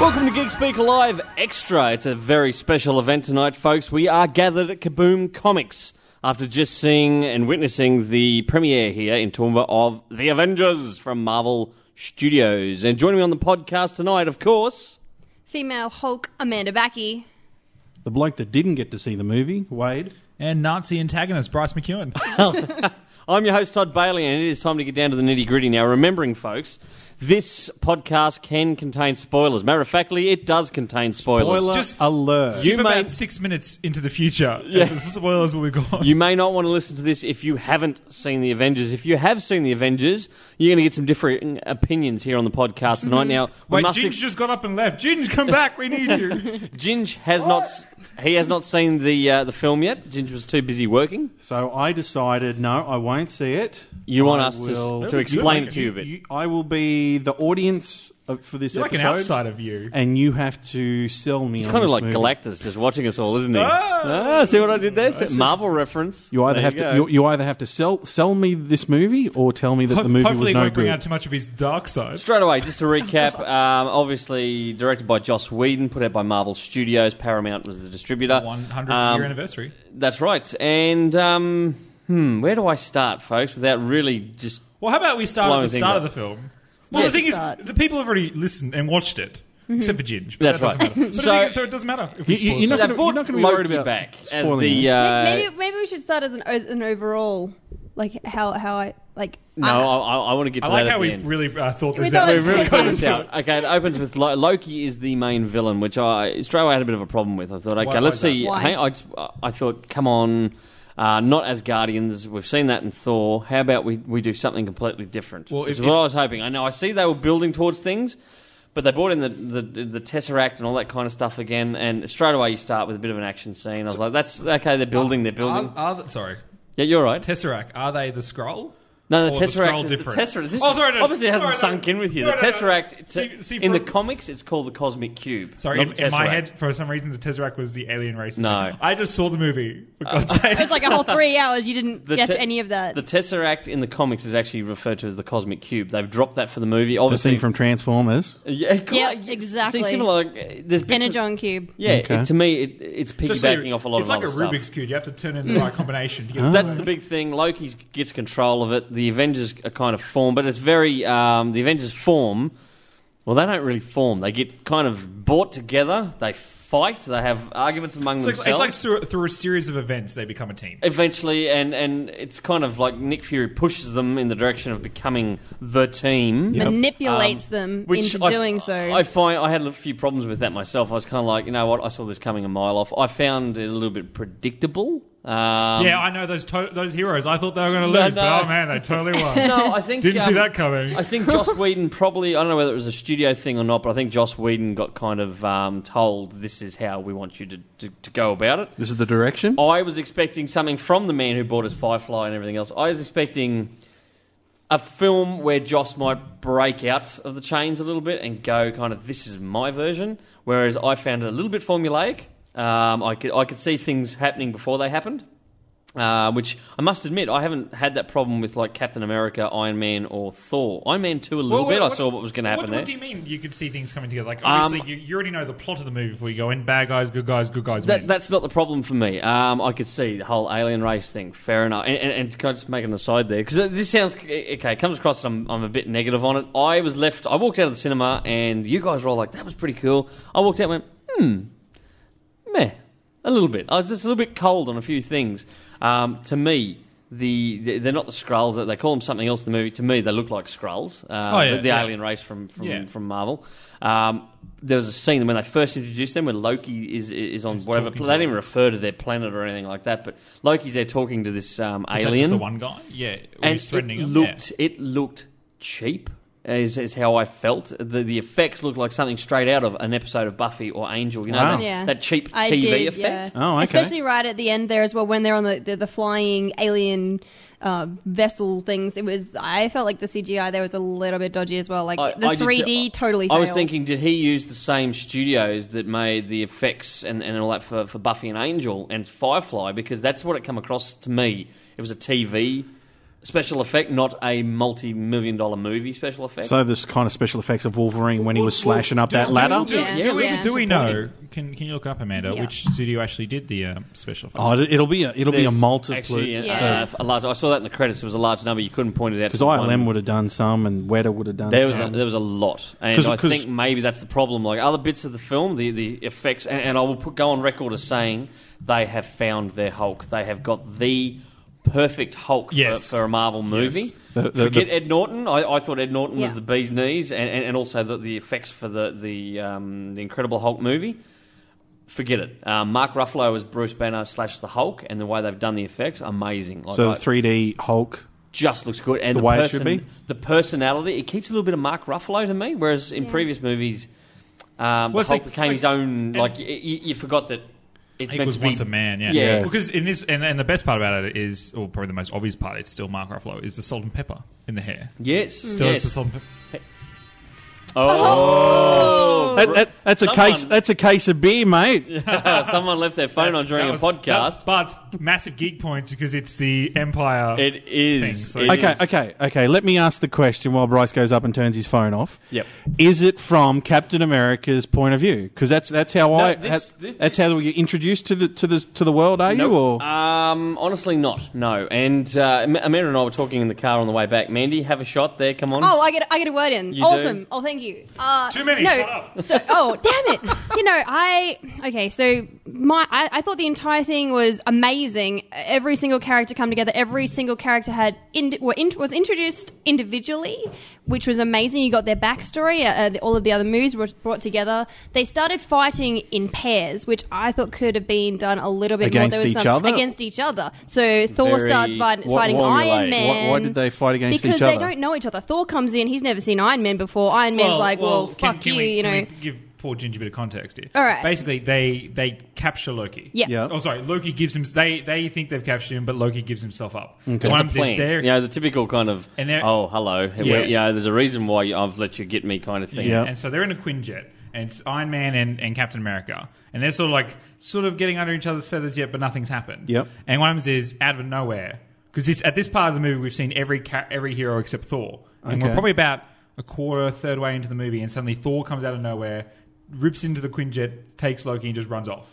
Welcome to Geek Speak Live Extra. It's a very special event tonight, folks. We are gathered at Kaboom Comics after just seeing and witnessing the premiere here in Toowoomba of The Avengers from Marvel Studios. And joining me on the podcast tonight, of course, Female Hulk Amanda Backy. The bloke that didn't get to see the movie, Wade. and Nazi antagonist Bryce McEwen. I'm your host, Todd Bailey, and it is time to get down to the nitty gritty. Now, remembering, folks, this podcast can contain spoilers. Matter of factly, it does contain spoilers. Spoiler Just- alert. You Give about may- six minutes into the future. Yeah. Spoilers will be gone. You may not want to listen to this if you haven't seen the Avengers. If you have seen the Avengers, you're going to get some different opinions here on the podcast tonight. Now, we Wait, must Ginge ex- just got up and left. Ginge, come back. We need you. Ginge has not s- he has not seen the uh, the film yet. Ginge was too busy working. so I decided, no, I won't see it. You want I us to s- will- to explain it to you a bit. I will be the audience of- for this You're like episode. an outsider view. And you have to sell me It's on kind of this like movie. Galactus just watching us all, isn't he? Ah, see what I did there? Marvel reference. You either There have go. to you, you either have to sell sell me this movie or tell me that the Ho- movie Hopefully, was he no won't bring good. out too much of his dark side. Straight away, just to recap, um, obviously directed by Joss Whedon, put out by Marvel Studios. Paramount was the distributor. 100 Um, year anniversary. That's right. And um, hmm, where do I start, folks? Without really just Well, how about we start Blowing at the things start up. of the film? Well, Yes. Mm-hmm. the thing Start. is, the people have already listened and watched it, except for Ginge. But That's that doesn't right. matter. But So- so, so it doesn't matter. If we You- you- spoil you're not something. gonna- they've brought gonna be worried Loki about back as spoiling the it. uh, maybe maybe we should start as an as an overall, like how how I like. no. I- I, I want to get to I that like at how the we end. really uh, thought this thought out. it was really Cut this out. Okay, it opens with Lo- Loki is the main villain, which I straight away had a bit of a problem with. I thought, okay, Why- let's why's see. that? Why? Hang, I, just- I thought, come on, uh, not as Guardians. We've seen that in Thor. How about we, we do something completely different? Well, Which if- is what I was hoping. I know I see they were building towards things, but they brought in the, the the Tesseract and all that kind of stuff again, and straight away you start with a bit of an action scene. I was like, that's okay. They're building. They're building. Are, are the, sorry, yeah, you're right. Tesseract. Are they the scroll? No, the Or the Tesseract. scroll is, the different? Tesseract. This Oh, is- sorry, no, obviously, it hasn't sorry, no. sunk in with you. No, the no, no. Tesseract. It's See- see, in the for- comics, it's called the Cosmic Cube. Sorry, not in, the in my Tesseract. head, for some reason, the Tesseract was the alien race. No. Uh, I just saw the movie. For God's sake, it was like a whole three hours. You didn't The get te- any of that. The Tesseract in the comics is actually referred to as the Cosmic Cube. They've dropped that for the movie. The Obviously, scene from Transformers. yeah, cool. Yeah, See, exactly. similar. like, uh, There's bits of- Energon cube. yeah, it- Okay. to me, it, it's piggybacking Just so you- off a lot it's of like other a stuff. Hmm. Rubik's cube. You have to turn in the right combination. To get That's the big thing. Loki gets control of it. The Avengers are kind of formed, but it's very um, the Avengers form. Well, they don't really form. They get kind of brought together. They fight. They have arguments among It's like, themselves. it's like through, through a series of events, they become a team. Eventually, and and it's kind of like Nick Fury pushes them in the direction of becoming the team. Manipulates Um, them Which into I- doing so. I find I had a few problems with that myself. I was kind of like, you know what? I saw this coming a mile off. I found it a little bit predictable. Um, yeah, I know those to- those heroes. I thought they were going to No, lose, no. but oh man, they totally won. No, I think Didn't see um, that coming. I think Joss Whedon probably. I don't know whether it was a studio thing or not, but I think Joss Whedon got kind of um, told this is how we want you to, to, to go about it. This is the direction. I was expecting something from the man who bought us Firefly and everything else. I was expecting a film where Joss might break out of the chains a little bit and go kind of this is my version. Whereas I found it a little bit formulaic. Um, I could I could see things happening before they happened. Uh, which I must admit, I haven't had that problem with like Captain America, Iron Man, or Thor. Iron Man two a little bit. I saw what was going to happen what, there. Um, What do you mean? You could see things coming together. Like obviously, you, you already know the plot of the movie before you go in. Bad guys, good guys, good guys. That, win. that's not the problem for me. Um, I could see the whole alien race thing. Fair enough. And, and, and can I just make an aside there? Because this sounds okay. It comes across. that I'm, I'm a bit negative on it. I was left. I walked out of the cinema, and you guys were all like, "That was pretty cool." I walked out, and went, "Hmm, meh." A little bit. I was just a little bit cold on a few things. Um, to me, the, the they're not the Skrulls. They call them something else in the movie. To me, they look like Skrulls. Uh, Oh, yeah, the, the yeah. alien race from from, Yeah. from Marvel. Um, there was a scene when they first introduced them where Loki is is on whatever. talking They to didn't them. even refer to their planet or anything like that. But Loki's there talking to this um, Is alien. That just the one guy. Yeah, and he's threatening it him. looked it looked cheap. Is, is how I felt. The the effects looked like something straight out of an episode of Buffy or Angel. You know Wow. that, Yeah. that cheap I TV did, effect. yeah. Oh, okay. Especially right at the end there as well, when they're on the the, the flying alien uh, vessel things. It was. I felt like the CGI there was a little bit dodgy as well. Like I- the I did three D too. totally. I was failed. thinking, did he use the same studios that made the effects and, and all that for, for Buffy and Angel and Firefly? Because that's what it come across to me. It was a TV special effect, not a multi-million dollar movie special effect. So this kind of special effects of Wolverine when he was Well, slashing up do- that do- ladder. Do, Yeah. do Yeah, we, yeah. do we know? Can Can you look up Amanda Yeah. which studio actually did the um, special? effects? Oh, it- it'll be a it'll be a There's multiple actually, uh, Yeah. a large. I saw that in the credits. It was a large number. You couldn't point it out because to one. ILM would have done some and Weta would have done There was a, some. there was a lot, and 'Cause- I 'cause- think maybe that's the problem. Like other bits of the film, the the effects, and, and I will put, go on record as saying they have found their Hulk. They have got the perfect Hulk Yes. for, for a Marvel movie. Yes. The- the- Forget the- Ed Norton. I, I thought Ed Norton was Yeah. the bee's knees, and, and, and also the, the effects for the the, um, the Incredible Hulk movie. Forget it. Um, Mark Ruffalo as Bruce Banner slash the Hulk, and the way they've done the effects, amazing. Like, so I- the 3D Hulk. just looks good. And The the, way it person, should be? The personality, it keeps a little bit of Mark Ruffalo to me, whereas in Yeah. previous movies, um, Well, the it's Hulk like- became like- his own. and- Like you, you forgot that it's It meant was to be once a man, yeah. Yeah. Because in this, and, and the best part about it is, or probably the most obvious part, it's still Mark Ruffalo, is the salt and pepper in the hair. Yes, Still has yes. the salt and pepper. Oh, That, that, that's a Someone- case. That's a case of beer, mate. someone left their phone on That's- during that a was- podcast. that- but massive geek points because it's the Empire. it is. Thing, so- it Okay, is. okay, okay. Let me ask the question while Bryce goes up and turns his phone off. Yep. Is it from Captain America's point of view? Because that's that's how I this- ha- this- that's how we get introduced to the to the to the world. Are you or Um, honestly, not. No. And uh, M- Amanda and I were talking in the car on the way back. Mandy, have a shot there. Come on. Oh, I get I get a word in. You do? awesome. Oh, thank you. Uh, Too many, No. shut up. So, oh, damn it. You know, I okay. So my I, I thought the entire thing was amazing. Every single character come together. Every single character had in, were in, was introduced individually, which was amazing. You got their backstory. Uh, uh, the- all of the other movies were brought together. They started fighting in pairs, which I thought could have been done a little bit Against more. There was each some, other? Against each other. So Thor Very- starts fighting, what- fighting what relate? Iron Why- Man. why did they fight against because each they other? don't know each other. Thor comes in, he's never seen Iron Man before. Iron Man's like, well, can- fuck can you, we- you can know. we give poor Ginger a bit of context here. All right. Basically, they they capture Loki. Yeah. Yeah. Oh, sorry. Loki gives him. They they think they've captured him, but Loki gives himself up. Okay. One It's of a them says plant. they're- You know, the typical kind of, And they're- oh, hello. Yeah. Yeah. there's a reason why I've let you get me kind of thing. Yeah. And so they're in a Quinjet, and it's Iron Man and, and Captain America, and they're sort of like sort of getting under each other's feathers yet, but nothing's happened. Yep. And one of them is out of nowhere because this at this part of the movie we've seen every ca- every hero except Thor, and we're Okay. probably about a quarter third way into the movie, and suddenly Thor comes out of nowhere, rips into the Quinjet, takes Loki, and just runs off.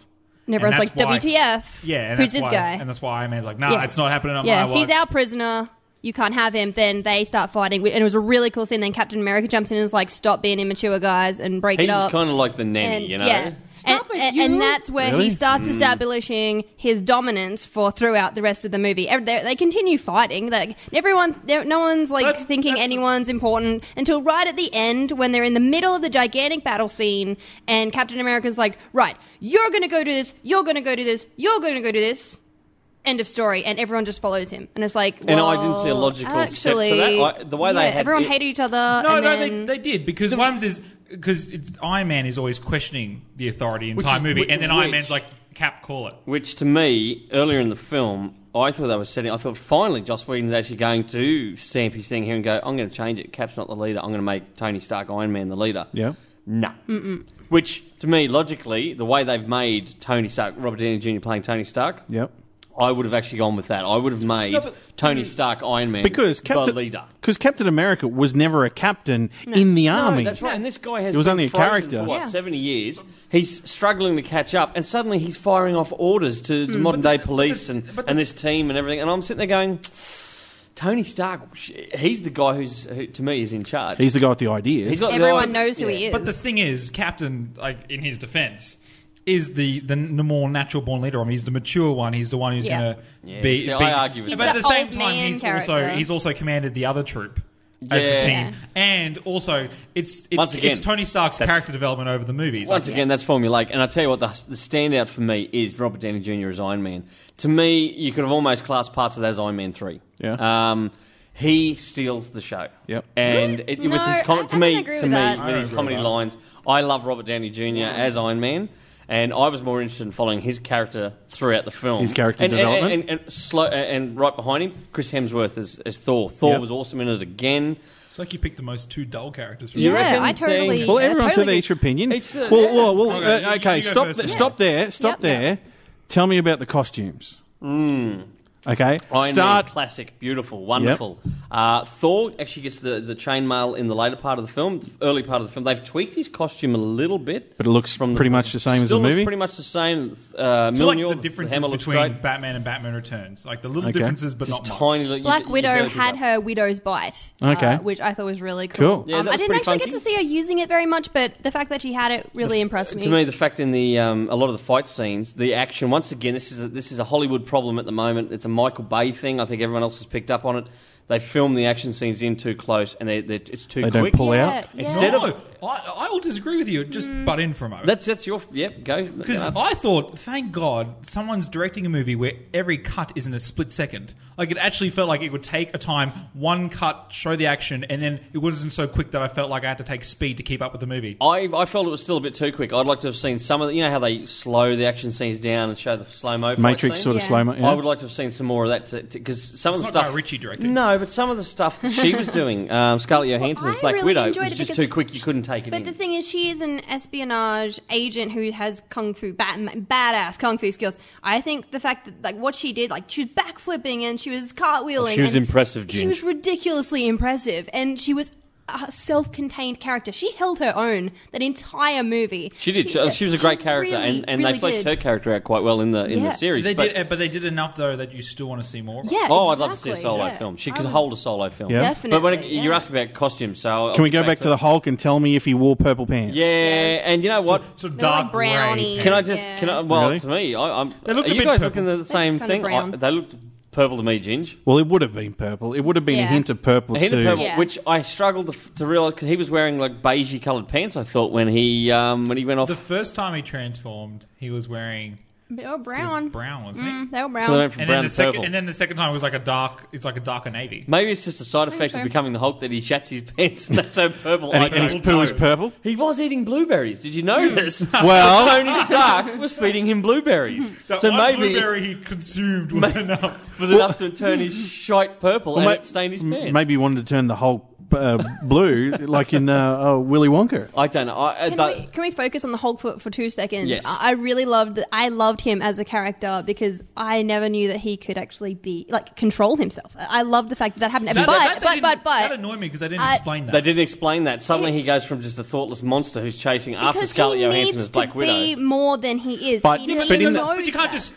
And everyone's and like, that's why- WTF? Yeah. And Who's that's this why, guy? And that's why Iron Man's like, nah, Yeah. it's not happening. on yeah, my he's watch. our prisoner. You can't have him. Then they start fighting. And it was a really cool scene. Then Captain America jumps in and is like, stop being immature, guys, and break He it was up. kind of like the nanny, and, you know? Hmm. Yeah. Stop and, it, and- you. and that's where Really? he starts establishing his dominance for throughout the rest of the movie. Ev- They, they continue fighting. Like everyone, there- no one's like That's- thinking that's- anyone's important until right at the end when they're in the middle of the gigantic battle scene and Captain America's like, "Right, you're going to go do this. You're going to go do this. You're going to go do this." End of story, and everyone just follows him, and it's like, And I didn't see a well, logical step to actually, that. I- the way they yeah, had everyone it- hated each other. No, and no, then- they, they did because one of them is because it's Iron Man is always questioning the authority in Which time is- movie, whi- and then Iron which- Man's like, "Cap, call it." Which to me, earlier in the film, I thought they were setting. I thought finally Joss Whedon's actually going to stamp his thing here and go, I'm going to change it. Cap's not the leader. I'm going to make Tony Stark Iron Man the leader. yeah? No. Mm-mm. Which to me, logically, the way they've made Tony Stark, Robert Downey Jr. playing Tony Stark, Yep. I would have actually gone with that. I would have made but- Tony Stark Iron Man Because the Captain leader. because Captain America was never a captain in the army. No, that's right. And this guy has It was been only a frozen character. for what Yeah. seventy years. He's struggling to catch up, and suddenly he's firing off orders Hmm. to the modern day police and, and this team and everything. And I'm sitting there going, Tony Stark, sh- he's the guy who's who, to me is in charge. He's the guy with the ideas. He's got the everyone eye- knows who yeah. he is. But the thing is, Captain, like in his defense, is the the, the more natural born leader. I mean, he's the mature one. He's the one who's Yeah. going to Yeah, be, see, be- I argue with He's But at the the same old time, man he's also character. he's also commanded the other troop. As the Yeah. team, Yeah. and also it's it's, Once again, it's Tony Stark's that's- character development over the movies. Once Yeah. again, that's formulaic. And I tell you what, the, the standout for me is Robert Downey Jr. as Iron Man. To me, you could have almost classed parts of that as Iron Man 3. Yeah. Um, he steals the show. Yep. And it, No, with his com- I to me, don't agree to with me, that. I with don't his agree comedy with that. lines, I love Robert Downey Jr. as Iron Man. And I was more interested in following his character throughout the film. His character And- and- development. And, and, slow, and right behind him, Chris Hemsworth as, as Thor. Thor Yep. was awesome in it again. it's like you picked the most two dull characters. From You yeah, reckon, I Tim? totally. Well, I everyone totally to their get- each opinion. Each to- well, yeah. well, well, Okay, you- uh, okay. you go stop, first th- then. stop there. Stop Yeah. Hmm. there. Tell me about the costumes. Okay, Iron start. Man, classic, beautiful, wonderful. Uh, Thor actually gets the, the chainmail in the later part of the film, the early part of the film. They've tweaked his costume a little bit. But it looks pretty much the same as Still the looks movie? pretty much the same. Uh, So like Mjolnir, the differences hammer looks between great. Batman and Batman Returns, like the little Okay. differences, but Just not much. tiny. little- Black you- you Widow barely pick had up. her widow's bite, Okay. uh, which I thought was really cool. Cool. Yeah, Um, that I was didn't pretty actually funky. get to see her using it very much, but the fact that she had it really impressed me. To me, the fact in the um, a lot of the fight scenes, the action. Once again, this is a, this is a Hollywood problem at the moment. It's a Michael Bay thing. I think everyone else has picked up on it. They film the action scenes in too close, and they, they, it's too They don't quick. pull out. yeah, yeah. Instead of- Mm. no, I, I will disagree with you. Just butt in for a moment. That's that's your yep. Go Because That's- I thought, thank God, someone's directing a movie where every cut is in a split second. Like it actually felt like it would take a time, one cut, show the action, and then it wasn't so quick that I felt like I had to take speed to keep up with the movie. I, I felt it was still a bit too quick. I'd like to have seen some of the, you know how they slow the action scenes down and show the slow mo. Matrix sort of Yeah. slow mo. I would like to have seen some more of that because some of It's the not stuff Guy Ritchie directing. No, but some of the stuff that she was doing, um, Scarlett Johansson as I Black really Widow, enjoyed was it just because- too quick. You couldn't take it But in. the thing is, she is an espionage agent who has kung fu Batman, badass kung fu skills. I think the fact that like what she did, like she was backflipping and she was cartwheeling. Oh, She was and impressive, She Ginge. was ridiculously impressive, and she was a self-contained character. She held her own that entire movie. she did. She, uh, she was a great character, really, and, and really they fleshed did. her character out quite well in the in Yeah. the series. They but, did, but they did enough though that you still want to see more. of it. Yeah. oh, I'd love to see a exactly, solo yeah. film. She I could was- hold a solo film. Yeah. Definitely. But when it, yeah. you're asking about costumes, so I'll- Can we I'll go get back to the Hulk and tell me if he wore purple pants? Yeah, and you know what? So They're like dark brownie. grey. Can I just? Yeah. Can I? Well, Really? to me, I, I'm. They looked are a you bit guys purple. looking at the same kinda thing? I- brown. they looked purple to me, Ginge. Well, it would have been purple. It would have been a Yeah. hint of purple A hint too. of purple, Yeah. which I struggled to, f- to realize because he was wearing like beigey coloured pants. I thought when he um, when he went off, The first time he transformed, he was wearing They were sort of brown. brown, wasn't Mm, he? they were brown. so they went from And brown then the to second, purple. and then the second time was like a dark. It's like a darker navy. Maybe it's just a side effect of so. becoming the Hulk that he shats his pants and that's so purple. And, I and his don't poo is know. purple. He was eating blueberries. Did you Hmm. notice? Well- Tony Stark was feeding him blueberries. That so one maybe it blueberry he consumed was enough. was enough to turn his shite purple Well, and ma- it Uh, stained his m- pants. Maybe he wanted to turn the Hulk uh, blue, like in uh, uh, Willy Wonka. I don't know. I, I, Can, that- we, can we focus on the Hulk for, for two seconds? Yes. I I really loved I loved him as a character because I never knew that he could actually be like control himself. I I love the fact that that happened. That- but, that- that but, didn't- but but uh, that annoyed me because they didn't I- explain that. They didn't explain that. Suddenly It- he goes from just a thoughtless monster who's chasing after because Scarlett he Johansson needs as Black to Widow. be more than he is. But- he Yeah, needs but to in the- know but you can't that. just.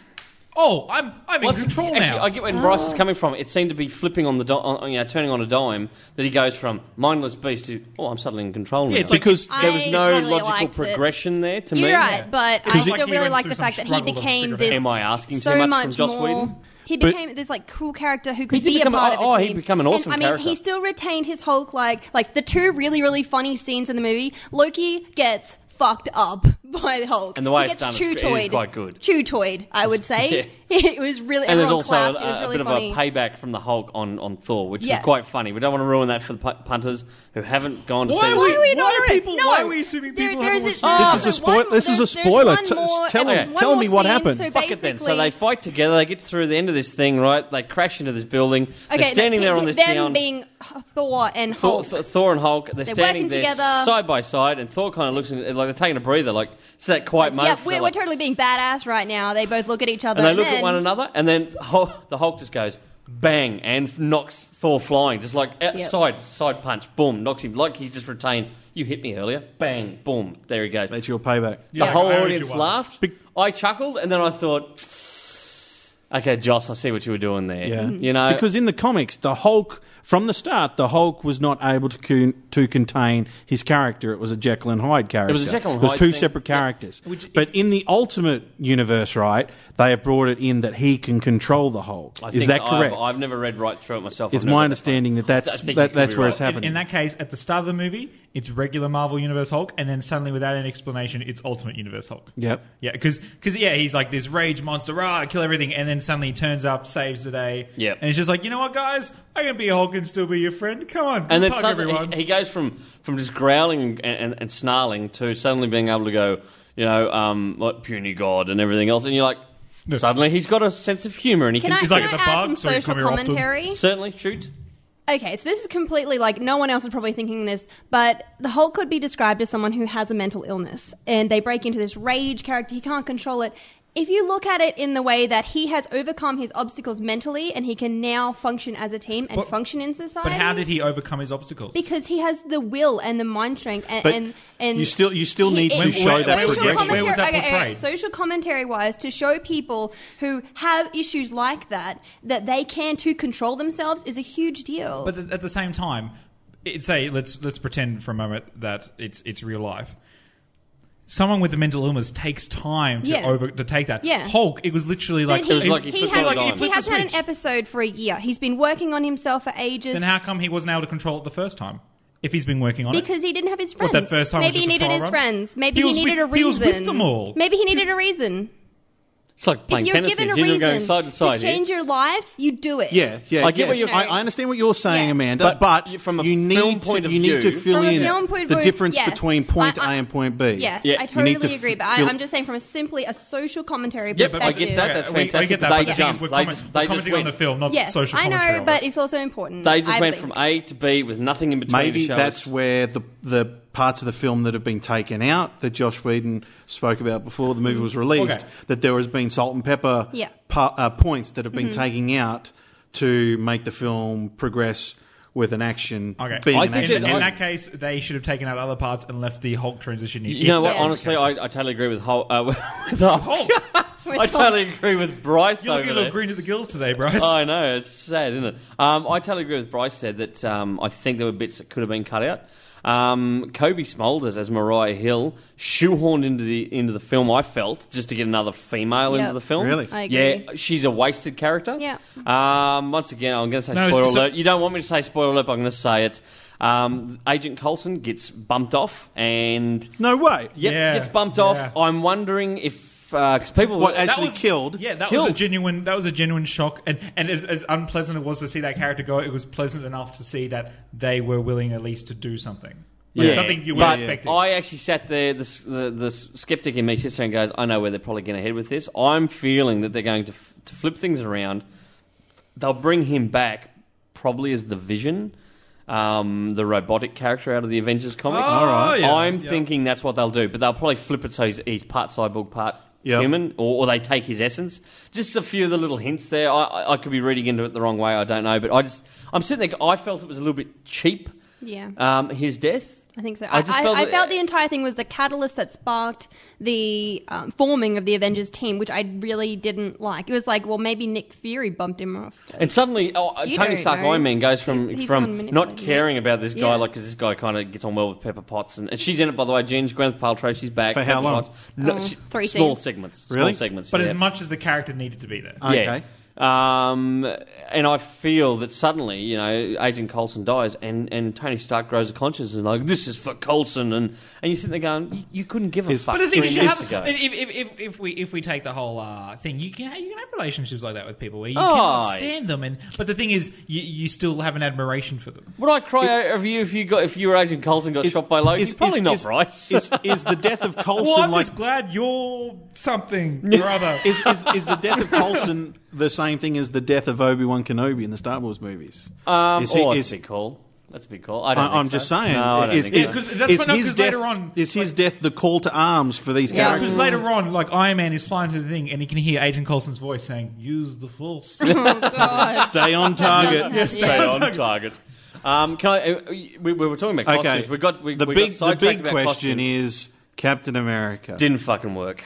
Oh, I'm I'm in Well, it's- control actually, now. I get where Bryce Oh. is coming from. It seemed to be flipping on the, di- on, you know, turning on a dime that he goes from mindless beast to oh, I'm suddenly in control now. it's like- Because I there was no really logical liked it. progression there to You're me. right, but I Because still he- like he really went like through the some fact that he struggle to became figure this. it out. Am I asking too so much much from Joss more. Whedon? He But- became this like cool character who could did be become- a part of a oh, oh, team. he became an awesome and, I mean, character. he still retained his Hulk like like the two really really funny scenes in the movie. Loki gets fucked up by the Hulk, And the way he it's gets done is chew gr- it is toyed, quite good. chew toyed. I would say it was really And there's everyone also clapped. it was a, really a bit funny. of a payback from the Hulk on, on Thor, which Yeah. is quite funny. We don't want to ruin that for the pu- punters who haven't gone to Why see are the we- movie. Why not are already- people- why are we assuming people there's haven't a- watched it? oh, This is a so one- spoil- this is a there's- there's spoiler. one T- more- tell- and one tell more me what scene, happened. So Fuck it then. So basically- they fight together. They get through the end of this thing, right? They crash into this building. Okay, They're standing no, there on this them town. being Thor and Thor, Hulk. Th- Thor and Hulk, they're, They're standing working there together. side by side, and Thor kind of looks in, like they're taking a breather. Like it's that quiet moment. where yeah, we're, they're we're like- totally being badass right now. They both look at each other and they look then, at one another, and then Hulk, the Hulk just goes bang and f- knocks Thor flying, just like outside side punch, boom, knocks him like he's just retained. You hit me earlier, bang, boom, there he goes. That's your payback. the Yeah, whole I heard you audience one. laughed. I chuckled, and then I thought, okay, Joss, I see what you were doing there. Yeah. Mm-hmm. you know, Because in the comics, the Hulk, from the start, the Hulk was not able to con- to contain his character. It was a Jekyll and Hyde character. was a Jekyll and It was Hyde two thing. separate characters. but in the Ultimate universe, right, they have brought it in that he can control the Hulk. I Is think that correct? I've, I've never read right through it myself. it's I've never read that my far. understanding that I that's think you that, could that's be where right. it's In- In, happening. in that case, at the start of the movie, it's regular Marvel Universe Hulk, and then suddenly, without any explanation, it's Ultimate Universe Hulk. Yep. Yeah, because yeah, he's like this rage monster, rah, kill everything, and then suddenly he turns up, saves the day. Yep. and it's just like, you know what, guys, I can be a Hulk and still be your friend. Come on, And then hug suddenly everyone. he, he goes from, from just growling and, and, and snarling to suddenly being able to go, you know, um, like puny god and everything else. And you're like, suddenly he's got a sense of humour and he Can can, I, He's can like I at the add bar, some so you social come here often. commentary? certainly shoot. Okay, so this is completely like no one else is probably thinking this, but the Hulk could be described as someone who has a mental illness and they break into this rage character. He can't control it. if you look at it in the way that he has overcome his obstacles mentally and he can now function as a team and But- function in society. But how did he overcome his obstacles? Because he has the will and the mind strength, and But and, and you still- you still he- need to it- show Where- that social progression. commentary- Where was that okay, okay, portrayed? social commentary wise, to show people who have issues like that that they can to control themselves is a huge deal. But th- at the same time, it, say let's let's pretend for a moment that it's it's real life. Someone with a mental illness takes time to Yeah. over to take that. Yeah. Hulk, it was literally like But he, was like he, he flipped has, it on. he Flipped has the had an switch. episode for a year. He's been working on himself for ages. Then how come he wasn't able to control it the first time? If he's been working on it, Because he didn't have his friends. What, that first time was Maybe he just a needed trial his run? friends. Maybe He he, was needed a with- he was reason. with them all. Maybe he needed a reason. It's like playing if you're tennis given here. a Ginger reason going side to side here. change your life, you do it. Yeah, yeah. I get yes. what you're- I, I understand what you're saying, Yeah. Amanda, But but, you- from a you need film to, point of you need view- to fill From a in film point of the view, difference yes. between point I- I- A and point B. Yes, Yeah. You I totally need to agree, but I, feel- I'm just saying from a simply a social commentary Yeah, perspective. but I get that. That's we- we fantastic. get that, but they but the thing jump. is we're they comment- just, we're they just commenting went, on the film, not Yes, social I commentary know, on but it. it's also important. They just I went from believe. uh, A to B with nothing in between. Maybe to show that's us. where the the parts of the film that have been taken out that Josh Whedon spoke about before the movie was Mm-hmm. released Okay. that there has been salt and pepper Yeah. pa- uh, points that have been taking out to make the film progress with an action. Okay. being I an think action in, that- movie. in that case, they should have taken out other parts and left the Hulk transition. in. You know what? Yeah. Honestly, I, I totally agree with Hulk. Uh, with Hulk. With I Hulk. totally agree with Bryce You're over looking a there. little green to the gills today, Bryce. I know it's sad, isn't it? Um, I totally agree with Bryce. Said that um, I think there were bits that could have been cut out. Um, Kobe Smulders as Mariah Hill shoehorned into the into the film. I felt just to get another female Yep. into the film. Really? I agree. Yeah, she's a wasted character. Yeah. Um, once again, I'm going to say No, spoiler so- alert. You don't want me to say spoiler alert. But I'm going to say it. Um, Agent Coulson gets bumped off, and no way. yep, Yeah. gets bumped Yeah. off. I'm wondering if because people What, That actually was- killed? Yeah, that was a Killed. genuine. That was a genuine shock, and and as, as unpleasant it was to see that character go, it was pleasant enough to see that they were willing at least to do something. Like, something you were but expecting. I actually sat there. The, s- the, the s- skeptic in me sits there and goes, "I know where they're probably going to head with this. I'm feeling that they're going to, f- to flip things around. They'll bring him back, probably as the Vision, um, the robotic character out of the Avengers comics. Oh, All right. yeah. I'm Yeah. thinking that's what they'll do, but they'll probably flip it so he's, he's part cyborg, part Yeah. human, or, or they take his essence. Just a few of the little hints there. I, I, I could be reading into it the wrong way. I don't know, but I just I'm sitting there. I felt it was a little bit cheap. Yeah. Um, his death. I think so. I I, just I, felt I that- uh, felt the entire thing was the catalyst that sparked the um, forming of the Avengers team, which I really didn't like. It was like, well, maybe Nick Fury bumped him off. And suddenly, oh, uh, You Tony don't Stark know. Iron Man goes from He's- he's someone from not manipulating it. caring about this guy, Yeah. like because this guy kind of gets on well with Pepper Potts, and, and she's in it by the way. Ginge, Gwyneth Paltrow, she's back For how Pepper long? Potts. No, Oh, she- three small scenes. segments, small Really? segments. but yeah. as much as the character needed to be there, Okay. Yeah. Um, and I feel that suddenly, you know, Agent Coulson dies, and, and Tony Stark grows a conscience and is like, this is for Coulson, and and you sit there going, "You- you couldn't give a His- fuck But the thing three is, you minutes ago. have, if, if, if, if we if we take the whole uh, thing, you can you can have relationships like that with people where you Oh, cannot I- stand them, and but the thing is, you, you still have an admiration for them. Would I cry over you if you got if you were Agent Coulson got Is- shot by Loki? is- Probably is- not, is- Bryce. Is, is the death of Coulson Well, I'm like just glad you're something, brother. is, is, is the death of Coulson the same thing as the death of Obi Wan Kenobi in the Star Wars movies? Um, is he- oh, is- that's a big call. That's a big call. I don't I, I'm think so. just saying. No, I don't is, think is, so. 'cause that's is what- no, his 'cause death later on, is his death the call to arms for these Yeah, characters? because later on, like Iron Man is flying to the thing, and he can hear Agent Coulson's voice saying, "Use the force." Oh, God. Stay on target. Yeah. Straight on target. Um, can I? uh, We, we were talking about Okay, costumes. We got we, the we big Got the sidetracked big about question costumes. is Captain America. didn't fucking work.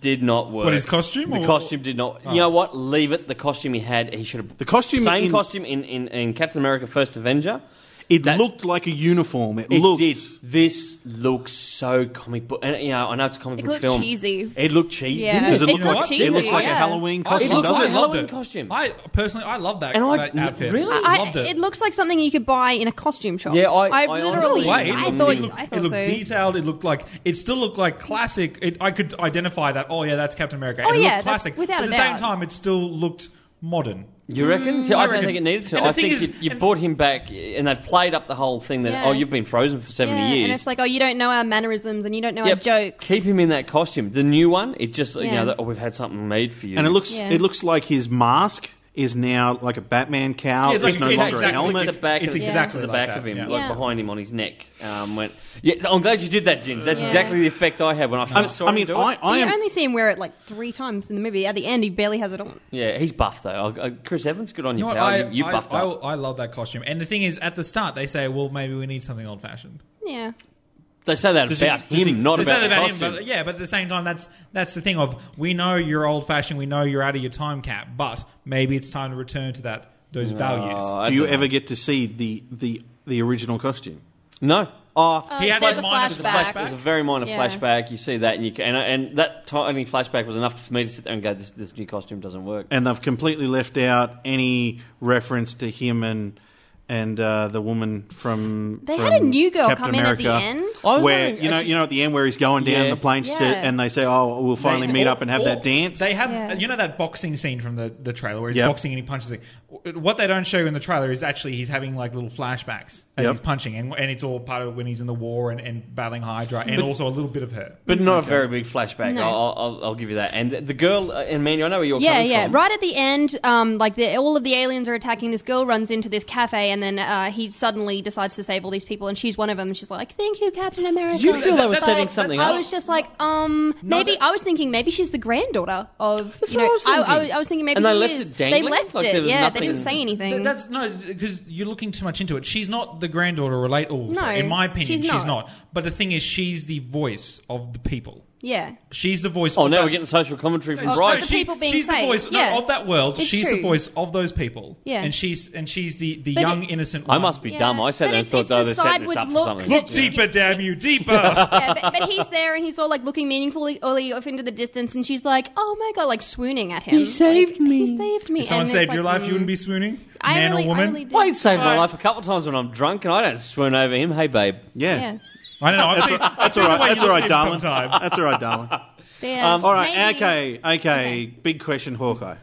Did not work. What, his costume The or- costume did not. You know what? Leave it. The costume he had, he should have. Oh. The costume same in- costume in, in, in Captain America: First Avenger. it that- looked like a uniform. It, It looked. did. This looks so comic book. And you know, I know it's a comic It book looked film. cheesy. It looked cheesy. Yeah. didn't Does it, It look looked like cheesy, it looks like a yeah. Halloween I- costume? it looked doesn't like it? a Halloween costume. I personally, I love that. And I- that outfit. really? I loved it. it looks like something you could buy in a costume shop. Yeah, I- I honestly- literally. No way. I It thought. looked- I it thought looked so. detailed. It looked like it still looked like classic. It, I could identify that. Oh yeah, that's Captain America. Oh, and it yeah, looked that's- classic. without but at a the doubt. same time, it still looked modern. You reckon? See, I, I don't reckon. think it needed to. And the I thing think is- you, you and- brought him back, and they've played up the whole thing that Yeah. oh, you've been frozen for seventy Yeah, years. and it's like, oh, you don't know our mannerisms and you don't know Yep. our jokes. Keep him in that costume. The new one, it just you Yeah. know that, oh, we've had something made for you, And it looks Yeah. it looks like his mask is now like a Batman cow. Yeah, it's it's like- no it's longer exactly- a helmet. it's- the back it's of, exactly to the like back of that, him, yeah. like Yeah. behind him on his neck. Um, went, yeah, I'm glad you did that, Jins. That's Yeah. exactly the effect I had when I first I, saw I him mean, do it. I, I you am. only see him wear it like three times in the movie. At the end, he barely has it on. Yeah, he's buff though. I, I, Chris Evans, good on You you, know what? pal. I, you, you I, buffed I, up. I love that costume. And the thing is, at the start, they say, well, maybe we need something old fashioned. Yeah. They say that Does he- about does him, he- not They say about, that the about him, costume. but yeah, but at the same time, that's that's the thing of we know you're old fashioned, we know you're out of your time cap, but maybe it's time to return to that those Oh, values. I Do you don't know. ever get to see the the the original costume? No. Oh, Uh, He had there's that a minor as a flashback. It was a flashback. very minor Yeah. flashback. You see that, and you can, and, and that tiny flashback was enough for me to sit there and go, "This, this new costume doesn't work." And they've completely left out any reference to him and and uh, the woman from. They from had a new girl Captain come America, in at the end. I was Where wondering- you know actually- you know at the end where he's going down Yeah. the plane Yeah. set and they say oh we'll finally They- meet or- up and have or that dance They have, Yeah. you know, that boxing scene from the, the trailer where he's Yep. boxing and he punches. It. What they don't show you in the trailer is actually he's having like little flashbacks as Yep. he's punching, and, and it's all part of when he's in the war and, and battling Hydra, and also a little bit of her. but not a very big flashback. No. I'll, I'll, I'll give you that. And the- the girl, uh, and Manny, I know where you're Yeah, coming yeah. from. Right at the end, um, like the, all of the aliens are attacking. This girl runs into this cafe, and then uh, he suddenly decides to save all these people, and she's one of them. And she's like, "Thank you, Captain America." you feel they were But setting something I up? was just like, um, maybe I was thinking maybe she's the granddaughter of. you what know, I was I, thinking. I was thinking maybe And they she left is. it dangling? They left Like, there it. was Yeah, nothing- they didn't say anything. Th- that's no, because you're looking too much into it. She's not the granddaughter or late, or No, sorry, in my opinion, she's she's, not. not. But the thing is, she's the voice of the people. yeah. She's the voice. Oh, of now that- we're getting social commentary from Oh, Of Bryce. the people being she's saved. the voice no, Yeah. of that world. It's she's true. the voice of those people. Yeah. and she's and she's the, the But young it- innocent. I One. must be Yeah. dumb. I said But they it's- thought it's though the they set this sideways up for look something. that- look deeper, damn you, deeper. yeah, but, but he's there and he's all like looking meaningfully off into the distance, and she's like, "Oh my god!" Like swooning at him. He saved Like, me. He saved me. If someone And it's saved like, your life, mm, you wouldn't be swooning. I Man really, or woman? I really did. Wait, saved my Alright. life a couple of times when I'm drunk, and I don't swoon over him. Hey, babe. yeah, Yeah. I don't know. I've seen, I've that's seen all the right way you that's all right look darling Sometimes. that's all right darling Yeah. Um, all right Maybe. okay okay, big question Hawkeye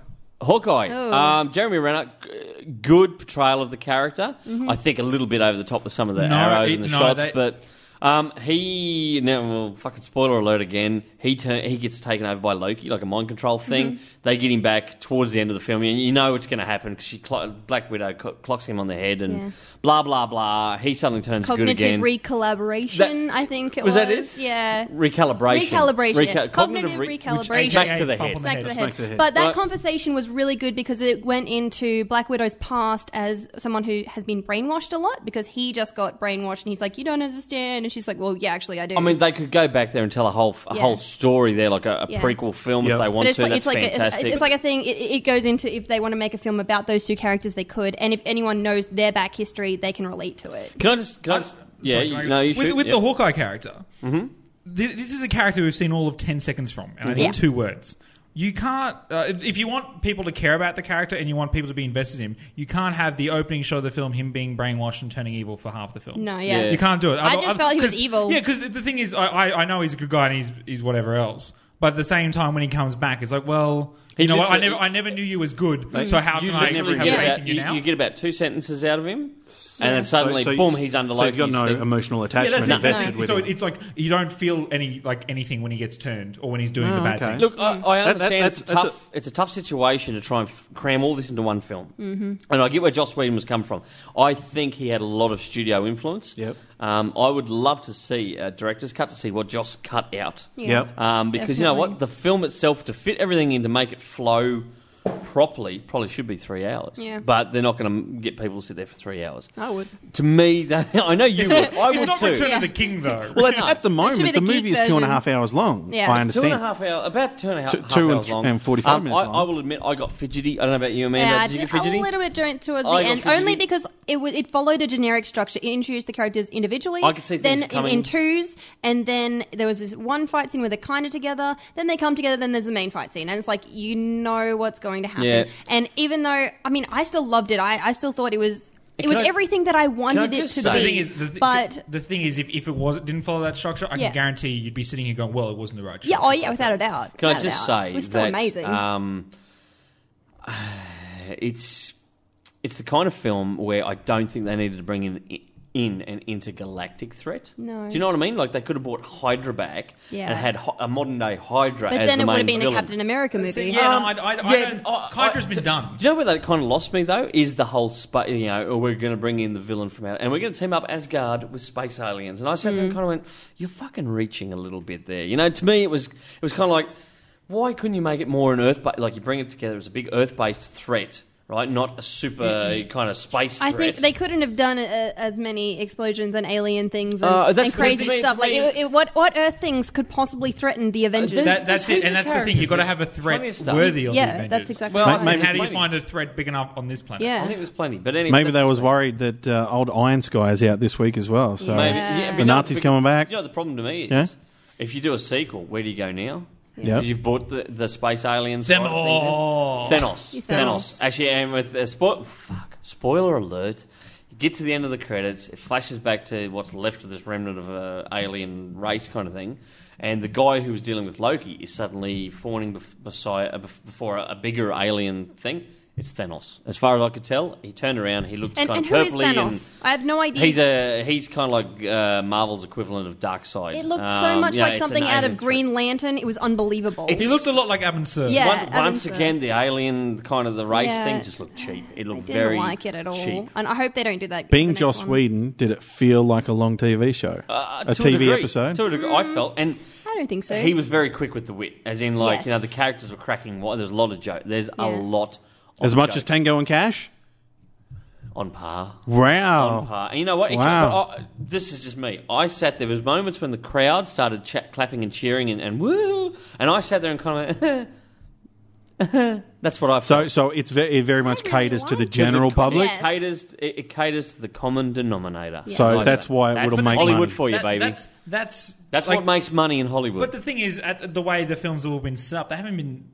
Hawkeye. Oh. Um, Jeremy Renner, g- good portrayal of the character. Mm-hmm. I think a little bit over the top with some of the No, arrows it- and the no, shots, they- but um, he now well, fucking spoiler alert again. He turn, he gets taken over by Loki, like a mind control thing. Mm-hmm. They get him back towards the end of the film, and you know it's going to happen because she clo- Black Widow clo- clocks him on the head, and Yeah. blah blah blah. He suddenly turns good Cognitive again. recollaboration, I think it was was. that it? Yeah. recalibration, Recalibration, yeah. Reca- Cognitive re- which- recalibration. back to the Bump head. on Smack to the head. Smack to the head. But that Right. conversation was really good because it went into Black Widow's past as someone who has been brainwashed a lot because he just got brainwashed and he's like, You don't understand. And she's like, Well, yeah, actually, I do. I mean, they could go back there and tell a whole a Yeah. whole story there, like a, a Yeah. prequel film Yeah. if they but want it's to. like, That's it's, like a, fantastic. it's like a thing. It, it goes into if they want to make a film about those two characters, they could. And if anyone knows their back history, they can relate to it. can I just? Can I just? Yeah, Sorry, can I- you, no, you with, should. with yeah. Mm-hmm. the Hawkeye character. thi- This is a character we've seen all of ten seconds from, and I need Yeah. two words. You can't uh, if if you want people to care about the character and you want people to be invested in him. You can't have the opening shot of the film him being brainwashed and turning evil for half the film. No, yeah. Yeah. you can't do it. I don't- just felt he was 'cause- evil. Yeah, because the thing is, I, I, I know he's a good guy and he's he's whatever else. But at the same time, when he comes back, it's like, well, He you know what? I literally- never I never knew you was good. so how you can I have literally faith get faith about- in you you, now? you get about two sentences out of him, and then suddenly, So- so- boom, he's under so Loki's you've got no thing. emotional attachment yeah, that's invested the thing. with So him. it's like you don't feel any like anything when he gets turned or when he's doing Oh, the bad okay. things. Look, I, I That- that- understand it's a that's- tough. it's a tough situation to try and f- cram all this into one film, mm-hmm. and I get where Joss Whedon was come from. I think he had a lot of studio influence. Yep. Um, I would love to see a director's cut to see what Joss cut out. Yeah. Yep. Um, because you know Definitely. what? The film itself, to fit everything in to make it flow properly, probably should be three hours. Yeah. But they're not going to get people to sit there for three hours. I would. To me, that, I know you would. I it's would not too. Return Yeah. of the King though. well, at, No. at should be the moment, the the movie geek is two and a version. half hours long. Yeah. I It's Two and a understand. half hours, about two and a half, Two- half two and hours th- long. and 45 Um, minutes I, long. I will admit, I got fidgety. I don't know about you, Amanda. Yeah, uh, Did you get I did a fidgety? Oh, little bit during towards the I got end, fidgety. only because it was it followed a generic structure. It introduced the characters individually, I could see things then in, coming. in twos, and then there was this one fight scene where they're kind of together. Then they come together. Then there's the main fight scene, and it's like you know what's going to happen. Yeah. And even though I mean, I still loved it. I, I still thought it was it Can was I- everything that I wanted it just to say- be. the thing is, the, thi- but the thing is, if, if it was didn't follow that structure, I Yeah. can guarantee you'd be sitting here going, "Well, it wasn't the right." yeah, oh structure." yeah, without a doubt. Can I without a just doubt. say it was still that, amazing? Um, it's it's the kind of film where I don't think they needed to bring in i- in an intergalactic threat. No. Do you know what I mean? Like they could have brought Hydra back Yeah. and had Hy- a modern day Hydra But as then the it would main have been villain. a Captain America movie. See, yeah, no, I, I, I yeah, don't. I- Hydra's I- been d- done. Do you know where that kind of lost me though? Is the whole spa you know, oh, we're going to bring in the villain from out, and we're going to team up Asgard with space aliens. And I sat Mm. there and kind of went, "You're fucking reaching a little bit there." You know, to me it was it was kind of like, why couldn't you make it more an Earth, ba- like you bring it together as a big Earth-based threat, right? Not a super kind of space. I threat. think they couldn't have done uh, as many explosions and alien things and, Uh, that's- and crazy to me- to stuff. Like, me- it, it, what what Earth things could possibly threaten the Avengers? there's- That, that's it, There's and that's the thing. You've got to have a threat plenty of stuff. worthy of the yeah, Avengers. that's exactly Well, right. I mean, And how do you maybe- find a threat big enough on this planet? I Yeah. think there's plenty, but anyway, Maybe they that's- was worried that uh, old Iron Sky is out this week as well. So Maybe. Yeah. Yeah, but The no, Nazis because- coming back. You know, the problem to me is Yeah? if you do a sequel, where do you go now? Yeah. Because you've brought the, the space aliens. side Thanos. of things in. Thanos. Thanos. Thanos. Actually, and with uh, spo- fuck, spoiler alert. You get to the end of the credits, it flashes back to what's left of this remnant of uh, alien race kind of thing, and the guy who was dealing with Loki is suddenly fawning bef- beside, uh, bef- before a, a bigger alien thing. It's Thanos. As far as I could tell, he turned around, he looked and, kind and of who is purpley Thanos? and I have no idea. He's a he's kind of like uh, Marvel's equivalent of Darkseid. it looked so Um, much yeah, like it's an something out alien of Green threat. Lantern. It was unbelievable. It's- He looked a lot like Abin Sur. Yeah. once I once think so. again, the alien kind of the race Yeah. thing just looked cheap. It I looked didn't very like it at all, cheap. and I hope they don't do that. with the being next Joss one. Whedon, did it feel like a long TV show, Uh, a to TV degree, episode? To a degree, Mm. I felt and. I don't think so. He was very quick with the wit, as in, like you know, Yes. the characters were cracking. What there's a lot of joke. There's Yeah. a lot. Of as much joke. as Tango and Cash. on par. on Wow. par. And you know what? It Oh. Wow. came- but I- this is just me. I sat there. was moments when the crowd started cha- clapping and cheering and, and woo, and I sat there and kind of. that's what I So, felt. so it's very, it very much really caters to the liked it. general To the- public. Yes. it caters. It, it caters to the common denominator. Yeah. So Like that's that. why it That's would've made Hollywood money. for you, That- Oh, baby. That's, That's that's what like- makes money in Hollywood. But the thing is, at the way the films have all been set up, they haven't been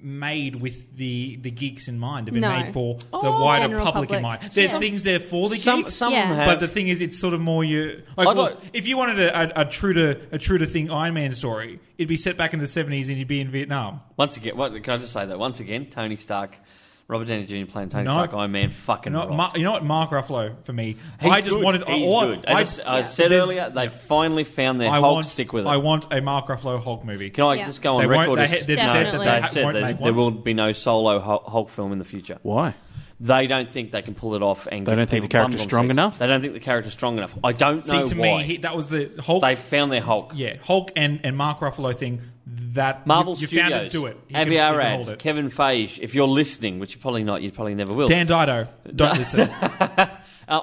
made with the the geeks in mind. They've been No. made for the Oh, wider general public, in public. mind. There's Yes. things there for the some geeks. some Yeah. have. but the thing is, it's sort of more you. Like, I'd well, like- if you wanted a, a, a true to a true to thing Iron Man story, it'd be set back in the seventies and you'd be in Vietnam. once again, what, can I just say that once again? Tony Stark, Robert Downey Jr. playing Tony No. Stark, Iron Man, fucking. You know, rocked. Ma- you know what, Mark Ruffalo for me. He's I just good. wanted. He's all I- good. As I, I said there's- earlier, they finally found their I Hulk want, stick with it. I want a Mark Ruffalo Hulk movie. Can I Yeah. just go on They won't- record? they as- ha- they've No, said that they they've ha- said won't there's- make there one. will be no solo Hul- Hulk film in the future. Why? They don't think they can pull it off, and They get don't think people the bummed character's on strong seats. enough? They don't think the character's strong enough. I don't See, know to why. me, he, that was the Hulk. they found their Hulk. Yeah, Hulk and, and Mark Ruffalo thing. That Marvel you, you Studios, found it, do it. He Avi can- he can Arad, hold it. Kevin Feige. If you're listening, which you're probably not, you probably never will. Dan Dido, don't listen. Uh,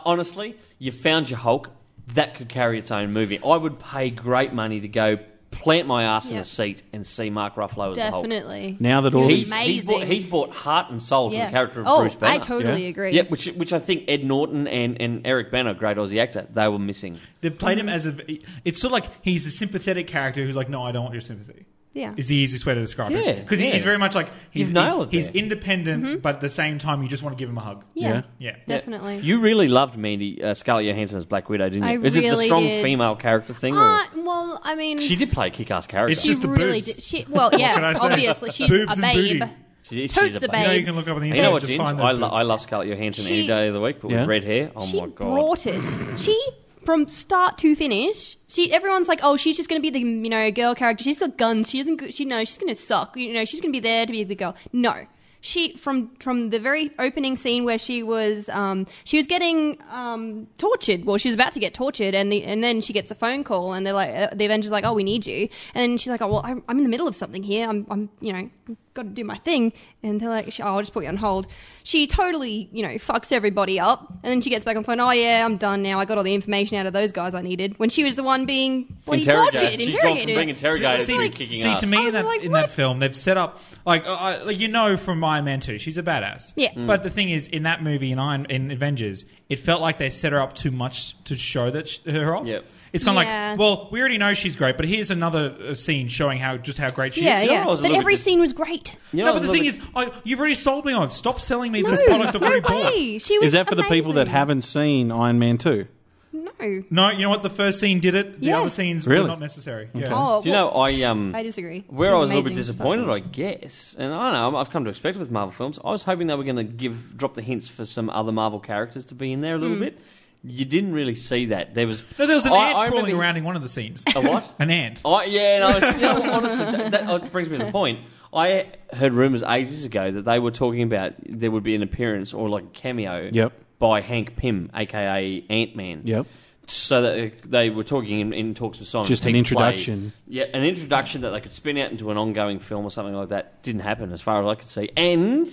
honestly, you found your Hulk. That could carry its own movie. I would pay great money to go plant my ass in Yeah. a seat and see Mark Ruffalo as the Hulk. definitely. Now that all He He's, was these, he's, brought, amazing. he's brought heart and soul to yeah. the character of oh, Bruce Banner. I totally Yeah. agree. Yeah, which which I think Ed Norton and, and Eric Banner, great Aussie actor, they were missing. They've played him as a. It's sort of like he's a sympathetic character who's like, no, I don't want your sympathy. Yeah. Is the easiest way to describe Yeah, it because yeah. he's very much like he's You've nailed it he's, there. he's independent, but at the same time, you just want to give him a hug. Yeah. yeah. Yeah. Definitely. You really loved Mandy uh, Scarlett Johansson as Black Widow, didn't you? I Is it the really strong did. female character thing? Or? Ah, well, I mean, She did play a kick-ass character. It's she just- the really boobs. did. She, well, can I yeah, say? obviously she's Boobs a and booty. babe. She- she's totes a a babe. babe. You know you can look up on the you internet. know what, just Ginge? find those I, lo- boobs. I love Scarlett Johansson any She- day of the week, but Yeah. with red hair, oh she my god. brought it. She from start to finish. She everyone's like, oh, she's just going to be the you know girl character. She's got guns. She doesn't. go- She knows she's going to suck. You know, she's going to be there to be the girl. No. She from from the very opening scene where she was um, she was getting um, tortured. Well, she was about to get tortured, and the and then she gets a phone call, and they're like uh, the Avengers like, oh, we need you, and she's like, oh, well, I'm, I'm in the middle of something here. I'm I'm you know got to do my thing, and they're like, oh, I'll just put you on hold. She totally you know fucks everybody up, and then she gets back on the phone. Oh yeah, I'm done now. I got all the information out of those guys I needed when she was the one being what he Interrogated. tortured, She's gone from interrogated. being interrogated See, to like- kicking See, ass. to me, I in, was that, like, in that what? film, they've set up like, uh, uh, like you know from Iron Man two, she's a badass. Yeah. Mm. But the thing is, in that movie in Iron in Avengers, it felt like they set her up too much to show that sh- her off. Yep. It's kind of Yeah. like, well, we already know she's great, but here's another uh, scene showing how just how great she yeah, is. You know yeah. what I was a But little every bit dis- scene was great. You know no, what but the was a thing little is, I, you've already sold me on. it. Stop selling me No, this product I've no already bought. way. She was is that for the people that amazing. haven't seen Iron Man two? No. No, you know what? The first scene did it. The Yeah. other scenes Really? were not necessary. Yeah. Oh, Do you know, well, I um, I disagree. Where She I was was a little bit amazing. disappointed, I guess, and I don't know, I've come to expect it with Marvel films. I was hoping they were going to give drop the hints for some other Marvel characters to be in there a little bit. you didn't really see that. There was No, there was an I- ant I crawling remember- around in one of the scenes. A what? An ant. I yeah, no, it's- you know, honestly, that, that uh, brings me to the point. I heard rumors ages ago that they were talking about there would be an appearance or like a cameo Yep. by Hank Pym, aka Ant Man. Yep. So that they were talking in, in talks with Simon. Just an Pegg's play. introduction. Yeah, an introduction that they could spin out into an ongoing film or something like that. Didn't happen, as far as I could see. And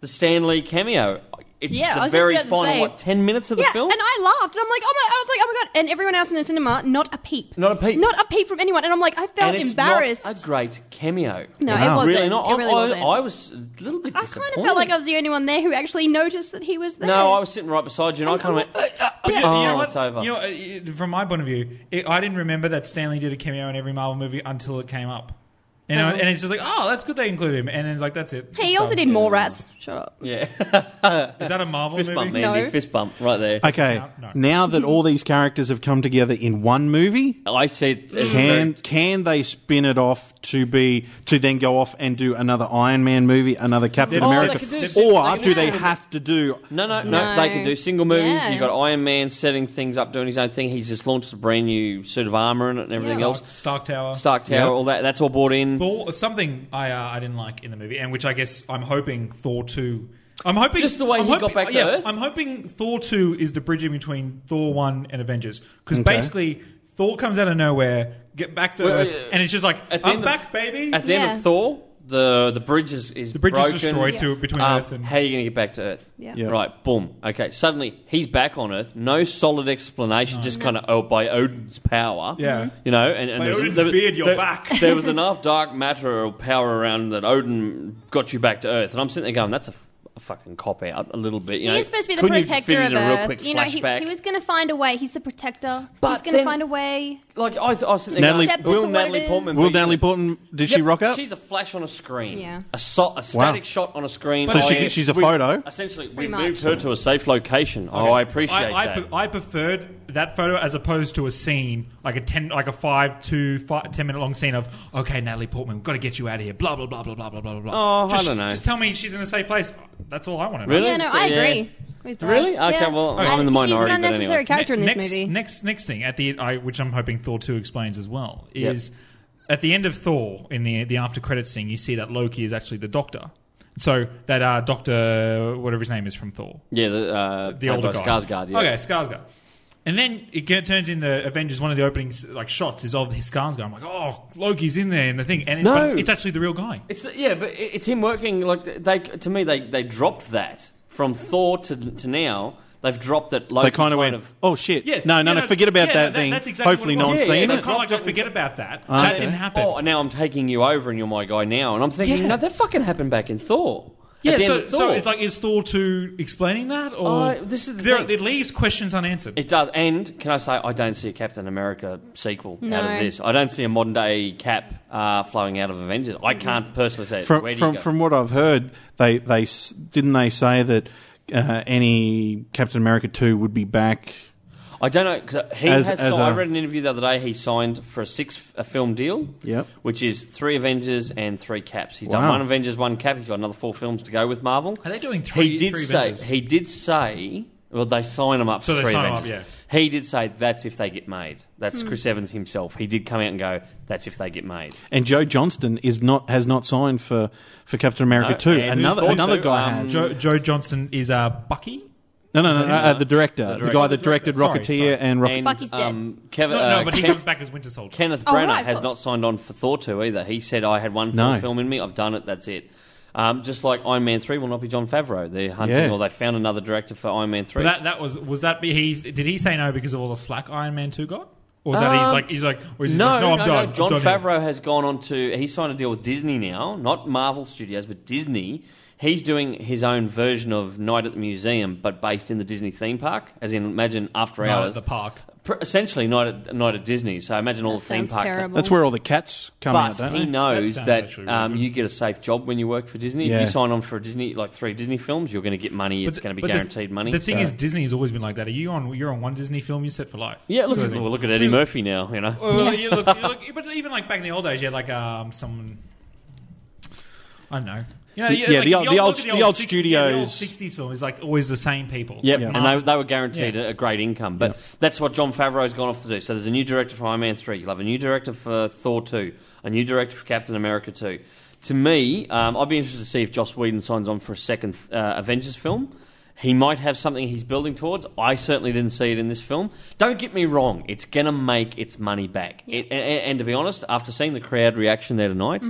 the Stanley cameo. It's Yeah, I the was just very about to final say. what ten minutes of the yeah, film. and I laughed, and I'm like, oh my! I was like, oh my god! And everyone else in the cinema, not a peep, Not a peep. not a peep from anyone. And I'm like, I felt And it's embarrassed. Not a great cameo. no, Wow. it wasn't. Really not. It really I, I- wasn't. I was a little bit I disappointed. kind of felt like I was the only one there who actually noticed that he was there. No, I was sitting right beside you, and I kind of went. "Uh, uh, Yeah. oh, You know what? it's over. You know, uh, from my point of view, it, I didn't remember that Stanley did a cameo in every Marvel movie until it came up. You know, Uh-huh. and it's just like, oh, that's good they include him. And then it's like, that's it. He It's also done. did more rats. Shut up. yeah, Is that a Marvel fist movie? bump, Andy. No. Fist bump, right there. Okay, No, no. now that all these characters have come together in one movie, I said, it's very- can can they spin it off to be to then go off and do another Iron Man movie, another Captain Oh, they America, could do- they or could do they do- have to do? no, no, no, No. They can do single movies. Yeah. You got Iron Man setting things up, doing his own thing. He's just launched a brand new suit of armor and everything Stark, else. Stark Tower. Stark Tower, Yeah. all that. That's all brought in. Thor, something I uh, I didn't like in the movie, and which I guess I'm hoping Thor two. I'm hoping Just the way I'm he got hoping- back to yeah, Earth? I'm hoping Thor two is the bridging between Thor one and Avengers because Okay. basically Thor comes out of nowhere, get back to Well, Earth, uh, and it's just like at the I'm end of- back, baby. At the end Yeah. of Thor, the the bridge is, is the bridge broken. is destroyed to, between Um, Earth and how are you going to get back to Earth? Yeah. Yeah. Right, boom. Okay, suddenly he's back on Earth. No solid explanation, just kind of, oh, by Odin's power. Mm-hmm. Yeah. Mhm. You know, and, and By there was- Odin's there was- beard, you're there- back. there was enough dark matter or power around that Odin got you back to Earth. And I'm sitting there going, that's a, f- a fucking cop out, a little bit. You He know, is supposed to be the couldn't you fit protector it of in a real Earth. quick You know, he, flashback? he was going to find a way. He's the protector. But He's going to then- find a way. like, I, th- I was sitting there Natalie- going, Accept it will for what Natalie it is. Portman? Will be- Natalie Portman? Did she Yep, rock up? She's a flash on a screen. Yeah. A, so- a static shot on a screen. So by- she- she's a we- photo? Essentially, we Pretty moved much. her to a safe location. Oh, I appreciate I, I, that. pre- I preferred that photo as opposed to a scene like a ten, like a five to five, ten minute long scene of okay, Natalie Portman, we've got to get you out of here. Blah blah blah blah blah blah blah blah. Oh, I just, don't know. Just tell me she's in a safe place. That's all I want to know. Really? Yeah, no, So, I yeah. agree. with that. Really? Okay, Yeah. well, I'm And in the minority, She's but an unnecessary anyway. character in this next, movie. Next, next thing at the I, which I'm hoping Thor two explains as well Yep. is at the end of Thor in the the after credits scene, you see that Loki is actually the Doctor. So that uh, Doctor, whatever his name is from Thor, Yeah, the, uh, the older guy, Skarsgård. Yeah. Okay, Skarsgård. And then it get- turns into Avengers. One of the opening like shots is of his Skarsgård. I'm like, oh, Loki's in there in the thing, and it- No. but it's- it's actually the real guy. It's the, yeah, but it- it's him working. Like they, to me, they they dropped that from Thor to to now. They've dropped that. Loki they kind of went, oh shit! Yeah, no, no, yeah, no, forget about yeah, that, no, thing. that's exactly Hopefully, what it no was. one's Yeah, seen yeah, It's it. that's- kind of like I forget about that. Ah, that okay. didn't happen. Oh, now I'm taking you over, and you're my guy now. And I'm thinking, Yeah. no, that fucking happened back in Thor. At Yeah, the end so, of so Thor. it's like is Thor two explaining that or Uh, this is the there, thing. it leaves questions unanswered. It does. And can I say, I don't see a Captain America sequel out No. of this. I don't see a modern day Cap uh, flowing out of Avengers. I can't personally say. it. Where From do you from, go? from what I've heard, they they s- didn't they say that uh, any Captain America two would be back. I don't know. 'cause he As- has. as so- I a- read an interview the other day. He signed for a six a film deal. Yep. Which is three Avengers and three Caps. He's done Wow. one Avengers, one Cap. He's got another four films to go with Marvel. Are they doing three- He did three say. Avengers? He did say. Well, they sign him up So for they three sign 'em up, Avengers. He did say that's if they get made. That's Chris Evans himself. He did come out and go, "That's if they get made." And Joe Johnston is not has not signed for, for Captain America No, two. and Another who's another also, guy um, has. Joe, Joe Johnston is uh, Bucky. No, no, no, no uh, the director, the, director. guy that directed Sorry, Rocketeer sorry. and Rocket. And Bucky's dead. um, Kevin, No, uh, no, but he Ken- comes back as Winter Soldier. Kenneth Oh, Branagh right, of has not course. signed on for Thor 2 either. He said, I had one No. Thor film in me, I've done it, that's it. Um, just like Iron Man 3 will not be John Favreau. They're hunting, Yeah. or they found another director for Iron Man 3. But that that was was that be- he did he say no because of all the slack Iron Man two got or is that he's Um, like he's like or is he no, like, no I'm no, done no. John I'm done here. Favreau has gone on to. He signed a deal with Disney now, not Marvel Studios, but Disney. He's doing his own version of Night at the Museum, but based in the Disney theme park. As in, imagine after No, hours. the park. Pr- essentially, night at, night at Disney. So imagine all That the theme sounds park. terrible. That's where all the cats come out, But don't he they? knows That sounds that, actually really um, good. you get a safe job when you work for Disney. If Yeah. you sign on for a Disney, like three Disney films, you're going to get money. It's But- going to be but the- guaranteed money. The thing so- is, Disney has always been like that. Are you on? You're on one Disney film, you're set for life. yeah, look, Sort at, of thing. well, look at Eddie Murphy now. You know, Well, well, you look, you look, but even like back in the old days, you had like um, someone. I don't know. You know, Y- yeah, the old- you the look old- at the old 60s yeah, the old studios. '60s film is like always the same people. Yep, Yeah. and they, they were guaranteed Yeah. a a great income. But that's what John Favreau's gone off to do. So there's a new director for Iron Man 3. You'll have a new director for Thor 2. A new director for Captain America 2. To me, um, I'd be interested to see if Joss Whedon signs on for a second uh, Avengers film. He might have something he's building towards. I certainly didn't see it in this film. Don't get me wrong; it's gonna make its money back. It, and, and to be honest, after seeing the crowd reaction there tonight,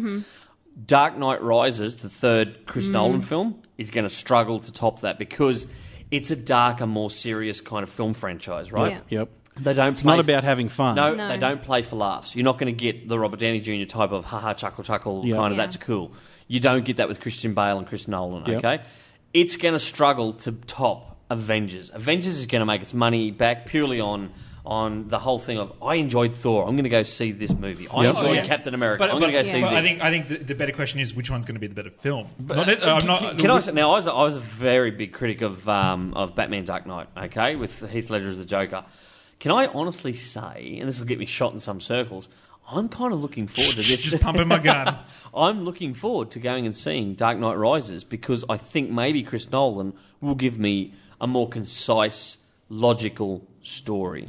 Dark Knight Rises, the third Mm. Chris Nolan film, is going to struggle to top that because it's a darker, more serious kind of film franchise, right? Yeah. Yep. They don't. It's not about having fun. No, No. they don't play for laughs. You're not going to get the Robert Downey Jr. type of haha chuckle chuckle Yeah. kind of Yeah. that's cool. You don't get that with Christian Bale and Chris Nolan. Yeah. Okay, it's going to struggle to top Avengers. Avengers is going to make its money back purely on. On the whole thing of, I enjoyed Thor. I'm going to go see this movie. I Yeah. enjoyed Captain America. Oh, But, I'm but- going to go see but this. I think I think the, the better question is which one's going to be the better film. Not But, uh, that- I'm not- can, can I say, now, I was, I was a very big critic of, um, of Batman Dark Knight, okay, with Heath Ledger as the Joker. Can I honestly say, and this will get me shot in some circles, I'm kind of looking forward to this. Just pumping my gun. I'm looking forward to going and seeing Dark Knight Rises because I think maybe Chris Nolan will give me a more concise, logical story.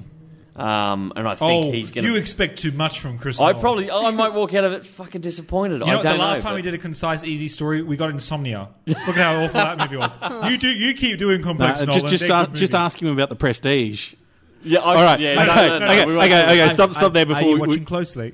Um, and I think Oh, he's going to. you expect too much from Chris. I Nolan. probably, I might walk out of it fucking disappointed. You I know, don't the last know, time but- we did a concise, easy story, we got insomnia. Look at how awful that movie was. You do, you keep doing No, complex just Nolan. just, they're ask, good just movies. ask him about the prestige. Yeah, I, All right. yeah, okay. no, no, no, okay. we won't do okay. that. okay. Stop. Stop there Are before you we- watching we. closely?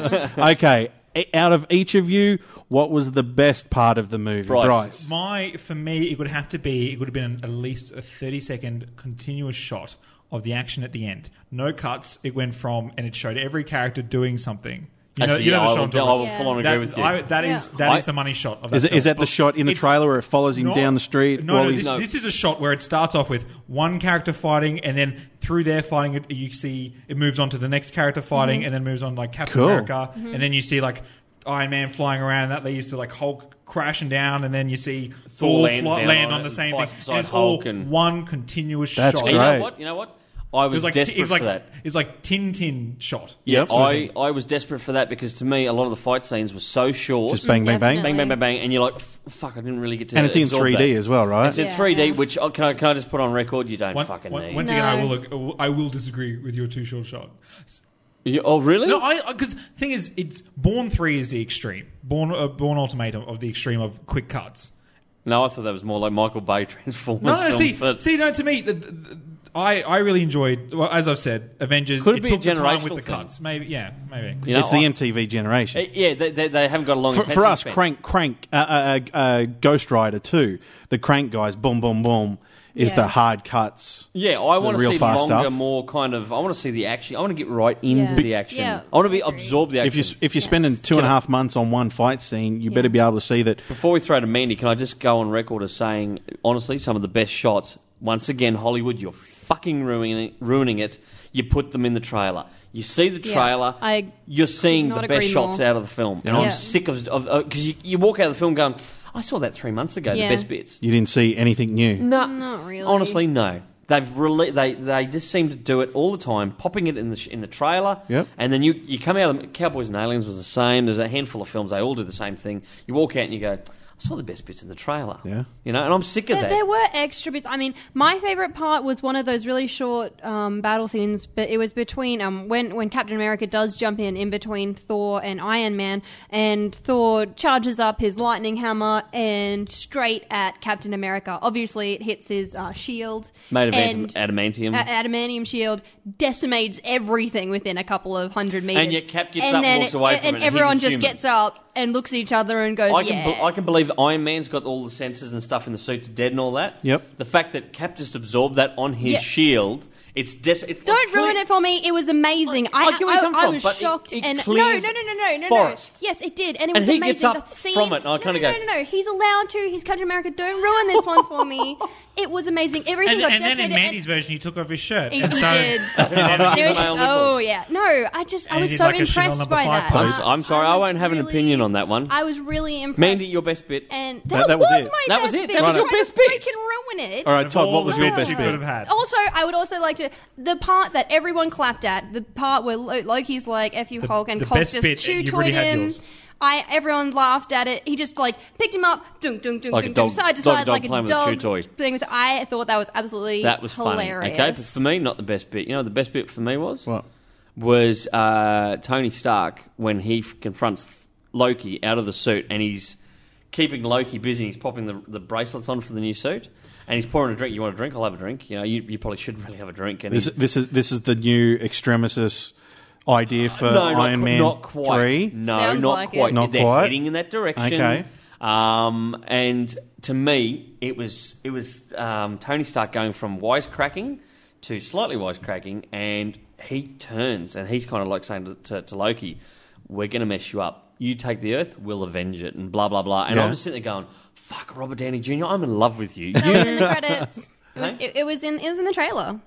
Okay. E- Out of each of you, what was the best part of the movie? Bryce. My for me, it would have to be. It would have been at least a thirty-second continuous shot of the action at the end. No cuts. It went from, and it showed every character doing something. You know, Actually, you know yeah, the I shot will, I'm I talking will about. full on agree about. That- with you. I- that is Yeah. that I- is the money shot. Of Is, that it, is film. that the shot in the It's- trailer where it follows him No. down the street? No, while no, he's- this, this is a shot where it starts off with one character fighting, and then through their fighting, it, you see it moves on to the next character fighting, and then moves on like Captain Cool. America, and then you see like Iron Man flying around. and That leads to like Hulk crashing down, and then you see Thor lands fly, down land on on it the and same fights thing. beside And it's all Hulk and- one continuous That's shot. Hey, you great. know what? You know what? I was, It was like desperate it was like for that. it was like Tintin shot. Yep. I, I was desperate for that because to me, a lot of the fight scenes were so short. Just bang, bang, bang. bang, bang, bang, bang, and you're like, "F- fuck, I didn't really get to. And it's in absorb 3D that." as well, right? It's in Yeah. 3D, Yeah. which oh, can I, can I just put on record? You don't One- fucking one- need. once again, I No. will look, I will disagree with your too short shot. You- oh, really? No, I because thing is, it's Born Three is the extreme. Born uh, Born Ultimatum of the extreme of quick cuts. No, I thought that was more like Michael Bay Transformers. No, no, film, see, but see, no. To me, the, the- the- I I really enjoyed. Well, as I've said, Avengers. Could it it be a took the time generational with the thing? cuts? Maybe, yeah, maybe. you know, it's the I- MTV generation. eh, yeah, they, they, they haven't got a long for, attention for us, span. Crank, Crank, uh, uh, uh, uh, Ghost Rider 2, the Crank guys, boom, boom, boom, is Yeah. the hard cuts. Yeah, I the want to real see fast longer, stuff. more kind of. I want to see the action. I want to get right into Yeah. the action. Yeah, I want to be I agree. absorb the action. If you if you're spending two and a half months on one fight scene, you better be able to see that. Before we throw to Mandy, can I just go on record as saying, honestly, some of the best shots. Once again, Hollywood, you're fucking ruining it. Ruining it. You put them in the trailer. You see the Yeah, trailer. I you're seeing could the not best agree shots more. out of the film, and Yeah. I'm sick of because you, you walk out of the film going, I saw that three months ago. Yeah. The best bits. You didn't see anything new. No, Not really. Honestly, no. They've really they they just seem to do it all the time, popping it in the sh- in the trailer. Yep. And then you you come out of Cowboys and Aliens was the same. There's a handful of films they all do the same thing. You walk out and you go, I saw the best bits in the trailer. Yeah. You know, and I'm sick of There, that. there were extra bits. I mean, my favorite part was one of those really short um, battle scenes, but it was between um, when when Captain America does jump in in between Thor and Iron Man, and Thor charges up his lightning hammer and straight at Captain America. Obviously, it hits his uh, shield. Made of and adam- adamantium. a- adamantium shield decimates everything within a couple of hundred meters. yet Cap gets up and walks away and, from it, and he's a everyone just human. gets up and looks at each other and goes, I can, "Yeah." be- I can believe Iron Man's got all the sensors and stuff in the suit to deaden all that. Yep. The fact that Cap just absorbed that on his Yeah. shield, it's des- it's Don't like cle- ruin it for me. It was amazing. I- I, I get where you I- Oh, come I from, was but it- shocked. it and no, no, no, clears no, no, no, no. forest. Yes, it did, and And it was he amazing. gets up That scene- from it, and I no, kinda no, go- no, no, no. He's allowed to. He's Captain America. Don't ruin this one for me. It was amazing. Everything And, got and then in decimated. Mandy's version, he took off his shirt. He and started- did. And and- then- Male nipples. oh yeah, no! I just I And he was did so like a Chanel impressed number by five that. pose. Uh, I'm sorry, I was won't have an really- opinion on that one. I was really impressed. Mandy, your best bit. and that, That- that was was, it. my That was best it. bit. That was I'm your trying best to bit. freaking ruin it. All right, Of Todd, all what was the your bits best you bit? could have had. Also, I would also like to the part that everyone clapped at, the part where Lo- Loki's like "F you, Hulk," and the Hulk best just bit, chew you've toyed already had him. yours. I everyone laughed at it. He just like picked him up, dung, dung, dung, Like a dog- dung, dung. So I decided like like a a dog dog, playing with a chew toy. playing with- I thought that was absolutely That was hilarious. funny. Okay, but for me, not the best bit. You know, the best bit for me was What? was uh, Tony Stark when he f- confronts Loki out of the suit, and he's keeping Loki busy. He's popping the, the bracelets on for the new suit, and he's pouring a drink. You want a drink? I'll have a drink. You know, you, you probably should really have a drink. And This, he- this is this is the new extremistus idea for no, not, Iron qu- Man not quite. three. No, Sounds not like it. quite. Not They're quite. heading in that direction. Okay. Um, and to me, it was it was um, Tony Stark going from wisecracking to slightly wisecracking, and he turns and he's kind of like saying to, to, to Loki, "We're going to mess you up. You take the Earth, we'll avenge it," and blah blah blah. And Yeah. I'm just sitting there going, "Fuck, Robert Downey Jr., I'm in love with you." That you was in the credits. It was, Huh? it, it was in it was in the trailer.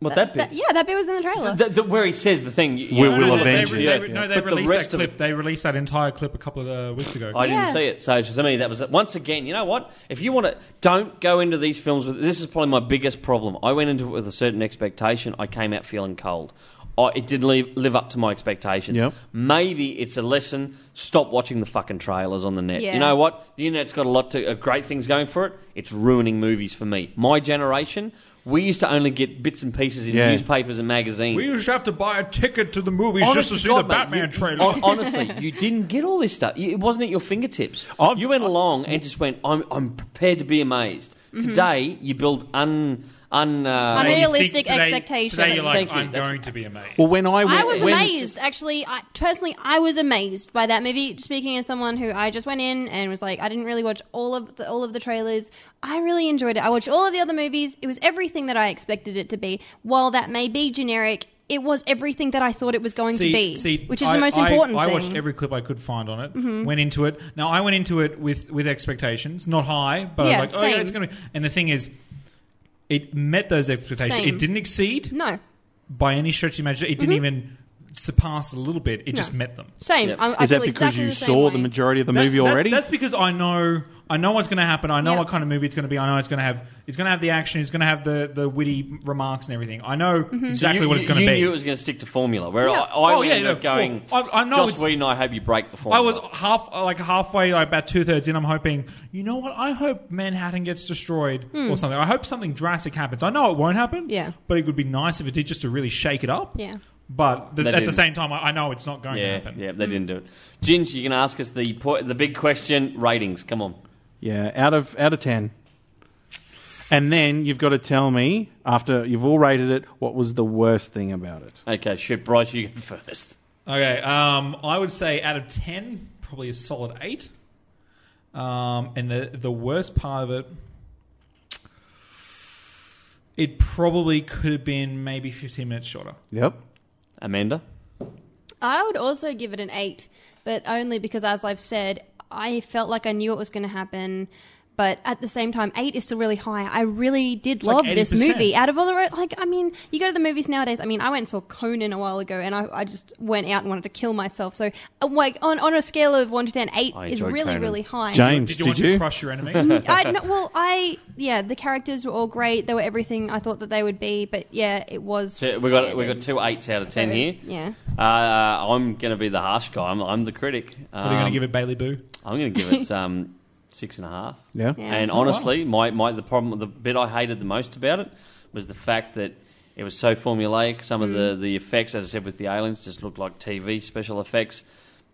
what that bit? yeah, that bit was in the trailer. Th- th- where he says the thing, you- We you know, the- will no, avenge they, the you. They, Earth. No, they But the released rest that of it- clip. They released that entire clip a couple of uh, weeks ago. I didn't Yeah. see it. So to me, that was once again. You know what? If you want to, don't go into these films with. This is probably my biggest problem. I went into it with a certain expectation. I came out feeling cold. I, it didn't live, live up to my expectations. Yep. Maybe it's a lesson. Stop watching the fucking trailers on the net. Yeah. You know what? The internet's got a lot to, of great things going for it. It's ruining movies for me. My generation, we used to only get bits and pieces in Yeah. newspapers and magazines. We used to have to buy a ticket to the movies Honest just to see God, the mate, Batman you- trailer. hon- honestly, you didn't get all this stuff. You- It wasn't at your fingertips. I've- you went along and just went, I'm, I'm prepared to be amazed. Today, you build un. un uh, Mm-hmm. Unreal- And you Realistic think today, expectations. Today you're like, Thank you. I'm That's- going to be amazed. Well, when I went, I was when- amazed, actually. I, personally, I was amazed by that movie. Speaking as someone who I just went in and was like, I didn't really watch all of the, all of the trailers. I really enjoyed it. I watched all of the other movies. It was everything that I expected it to be. While that may be generic, it was everything that I thought it was going to be, which is I- the most I- important I, thing. Mm-hmm. watched every clip I could find on it. Went into it. Now I went into it with with expectations, not high, but Yeah, I'm like, oh yeah, same. it's going to. And the thing is, it met those expectations. Same. Mm-hmm. It didn't exceed no, by any stretch of the imagination. It didn't even surpass a little bit. It just No. met them. same. Yeah. I, I is that feel because exactly you the same saw the way. majority of the That- movie that's- already? That's, because I know I know what's going to happen. I know Yeah. what kind of movie it's going to be. I know it's going to have it's going to have the action. It's going to have the, the witty remarks and everything. I know Mm-hmm. exactly you, what it's you- going to you be. knew it was going to stick to formula. Where Yeah. I, I Oh, went yeah, in no, with going, well, I- I know Joss it's- Whedon, I hope you break the formula. I was half uh, like halfway, like about two thirds in. I'm hoping, you know what? I hope Manhattan gets destroyed or something. I hope something drastic happens. I know it won't happen. Hmm. Yeah. but it would be nice if it did, just to really shake it up. Yeah. But th- They at the didn't. same time, I, I know it's not going to Yeah, happen. yeah, they didn't do it. Ginge, you can ask us the po- the big question ratings. Come on. Yeah, out of out of ten. And then you've got to tell me after you've all rated it what was the worst thing about it. Okay, shit, Bryce, you go first. Okay. Um, I would say out of ten, probably a solid eight. Um, and the the worst part of it, it probably could have been maybe 15 minutes shorter. Yep. Amanda? I would also give it an eight, but only because, as I've said, I felt like I knew it was going to happen. But at the same time, eight is still really high. I really did like love this 80%. movie. Out of all the ro- like, I mean, you go to the movies nowadays. I mean, I went and saw Conan a while ago, and I, I just went out and wanted to kill myself. So, uh, like on, on a scale of one to ten, eight I is enjoyed really Conan. really high. James, Did you want to crush your enemy? I no, well, I yeah, the characters were all great. They were everything I thought that they would be. But yeah, it was. So we got we standard. got two eights out of ten So, here. Yeah. Uh, I'm going to be the harsh guy. I'm, I'm the critic. What are you Um, going to give it, Bailey Boo? I'm going to give it um, six and a half. Yeah. Yeah. And Oh, honestly, my, my the problem, the bit I hated the most about it was the fact that it was so formulaic. Some of Mm. the, the effects, as I said with the aliens, just looked like TV special effects.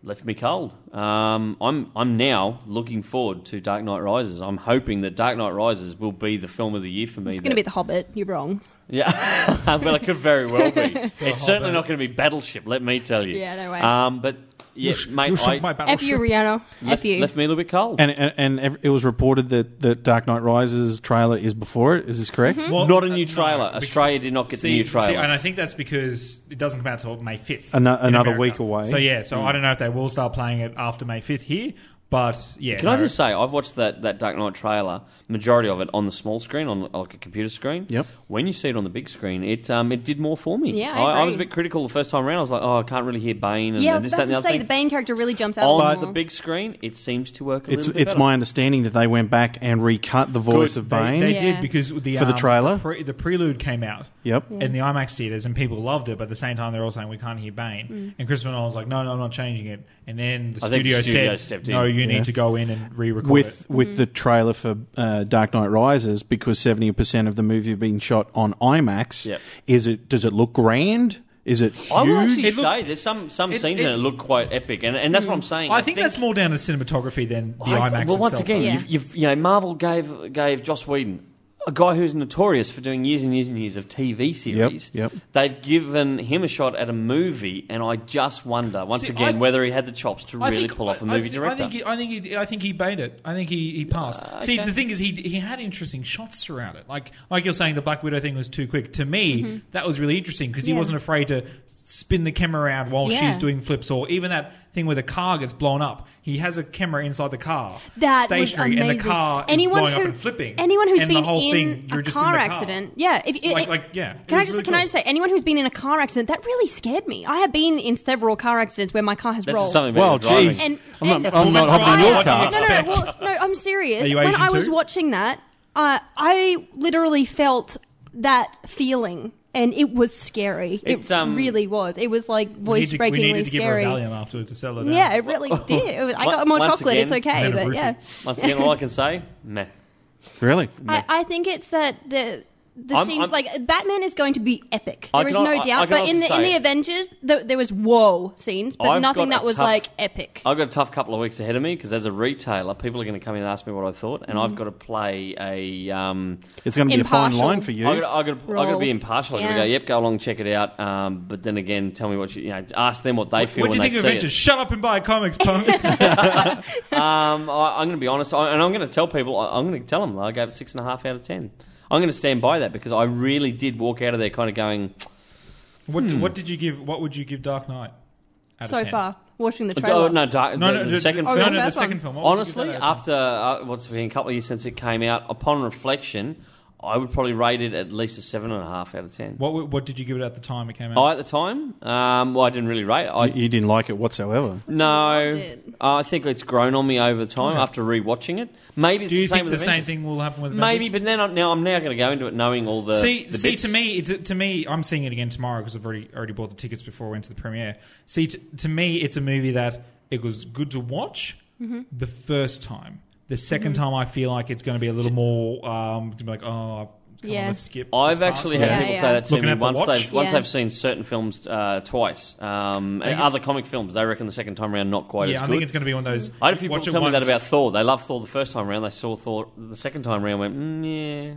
Left me cold. Um, I'm I'm now looking forward to Dark Knight Rises. I'm hoping that Dark Knight Rises will be the film of the year for me. It's going to be The Hobbit. You're wrong. Yeah, well, it could very well be. it's certainly not going to be Battleship, let me tell you. Yeah, no way. Um, but yeah, mate, you I my F you, battleship. Rihanna. left, F you. left me a little bit cold. And, and and ev- it was reported that the Dark Knight Rises trailer is before it. Is this correct? Mm-hmm. Well, not a new uh, no, trailer. because- Australia did not get see, the new see, trailer. and I think that's because it doesn't come out till May fifth. Ano- another week away. Hmm. So yeah, so I don't know if they will start playing it after May fifth here, But yeah, Can I no. just say, I've watched that, that Dark Knight trailer, majority of it on the small screen, on like a computer screen. Yep. When you see it on the big screen, it um, it did more for me. Yeah, I I, was a agree. bit critical the first time around. I was like, oh, I can't really hear Bane and Yeah, I was this, about that, and the to other say thing. the Bane character really jumps out. a lot on the more. big screen, it seems to work a It's little bit it's better. my understanding that they went back and recut the Good. voice of Bane. They, they Yeah. did because the For the um, trailer? the, pre- the prelude came out. Yep. Yeah. In the IMAX theaters, and people loved it, but at the same time, they're all saying we can't hear Bane. Mm. And Christopher Nolan was like, "No, no, I'm not changing it." And then the I think studio the studio said, stepped "No, in. you Yeah. need to go in and re-record with Mm-hmm. it." with the trailer for uh, Dark Knight Rises because seventy percent of the movie had been shot on IMAX. Yep. Is it? Does it look grand? Is it I will huge? actually It looks- say there's some, some it- scenes it- in it look quite epic, and, and that's what I'm saying. I think that's more down to cinematography than the I IMAX. th- Well, once itself, again, though. you've, you've, you know, Marvel gave gave Joss Whedon, a guy who's notorious for doing years and years and years of TV series. yep. They've given him a shot at a movie, and I just wonder once See, again I- whether he had the chops to I really think- pull off a I- movie I think, director. I think, he, I, think he, I think he bait it. I think he, Uh, he passed. See, okay. the thing is, he he had interesting shots throughout it. Like like you're saying, the Black Widow thing was too quick. To me, that was really interesting because he Mm-hmm. Yeah. wasn't afraid to spin the camera around while Yeah. she's doing flips, or even that thing where the car gets blown up. He has a camera inside the car, that stationary, was amazing. and the car anyone is blowing who, up and flipping. Anyone who's and been the whole in thing, a you're just in car the accident, yeah. If, So, like- like, yeah, it Can I was just really can I cool. just say anyone who's been in a car accident that really scared me. I have been in several car accidents where my car has That's rolled. something well, about the driving. geez, And- I'm, and- not, I'm Well, not then hopping in your drive. car. No, no, no, expect. well, no, I'm serious. Are you when Asian I was too? watching that, uh, I literally felt that feeling, and it was scary. It's, It um, really was. It was like We voice need to, we breakingly needed to give her scary. a Valium afterwards to sell it. out. yeah, it really did. It was- I got more Once chocolate. it's again, okay, and then a but yeah, Once again, all I can say, meh. Really? I, I think it's that the. The I'm- I'm- scenes like Batman is going to be epic. I There is can- I- no I doubt. can but also in the in say- the Avengers, th there was whoa scenes, but I've nothing got a that was tough- like epic. I've got a tough couple of weeks ahead of me because as a retailer, people are going to come in and ask me what I thought, and Mm-hmm. I've got to play a. Um, It's going to be a Impartial. fine line for you. I got, I got, I got to Roll. be impartial. I got to Yeah. go. Yep, go along, check it out. Um, but then again, tell me what you, you know. Ask them what they feel What do when you think they of see Avengers? Shut up and buy comics, punk. it. Um, I, I'm going to be honest, I, and I'm going to tell people. I, I'm going to tell them. I gave it six and a half out of ten. I'm going to stand by that because I really did walk out of there kind of going. What, what Hmm. did you give? What would you give Dark Knight? out of So 10? far, watching the Oh, trailer, no, dark, No, the, no, the the, second the, Oh, film. yeah, No, no, the first one. second film. What would you give Honestly, that out of after uh, what's it been a couple of years since it came out, upon reflection, I would probably rate it at least a seven and a half out of ten. 10? what, w- what did you give it at the time it came out? I at the time, um, well, I didn't really rate. it. I you didn't like it whatsoever. No, Oh, did. I think it's grown on me over time after rewatching it. Maybe it's Do you the same think with the same Avengers. thing will happen with Maybe, Avengers? but then I, now I'm now going to go into it knowing all the see, the see, bits. to me, it, to me, I'm seeing it again tomorrow because I've already already bought the tickets before I went to the premiere. See, t- to me, it's a movie that it was good to watch the first time. The 2nd time, I feel like it's going to be a little more um, to be like, oh, come Yeah. on, let's skip. I've this part. actually Yeah, had people yeah. say that to Looking me at the once watch. they've once Yeah. they've seen certain films uh, twice, um, and Like- other comic films. They reckon the second time around not quite Yeah, as I good. think it's going to be one of those. I had a few people watch it tell me that once. about Thor. They loved Thor the first time around. They saw Thor the second time around. Went, mm, yeah.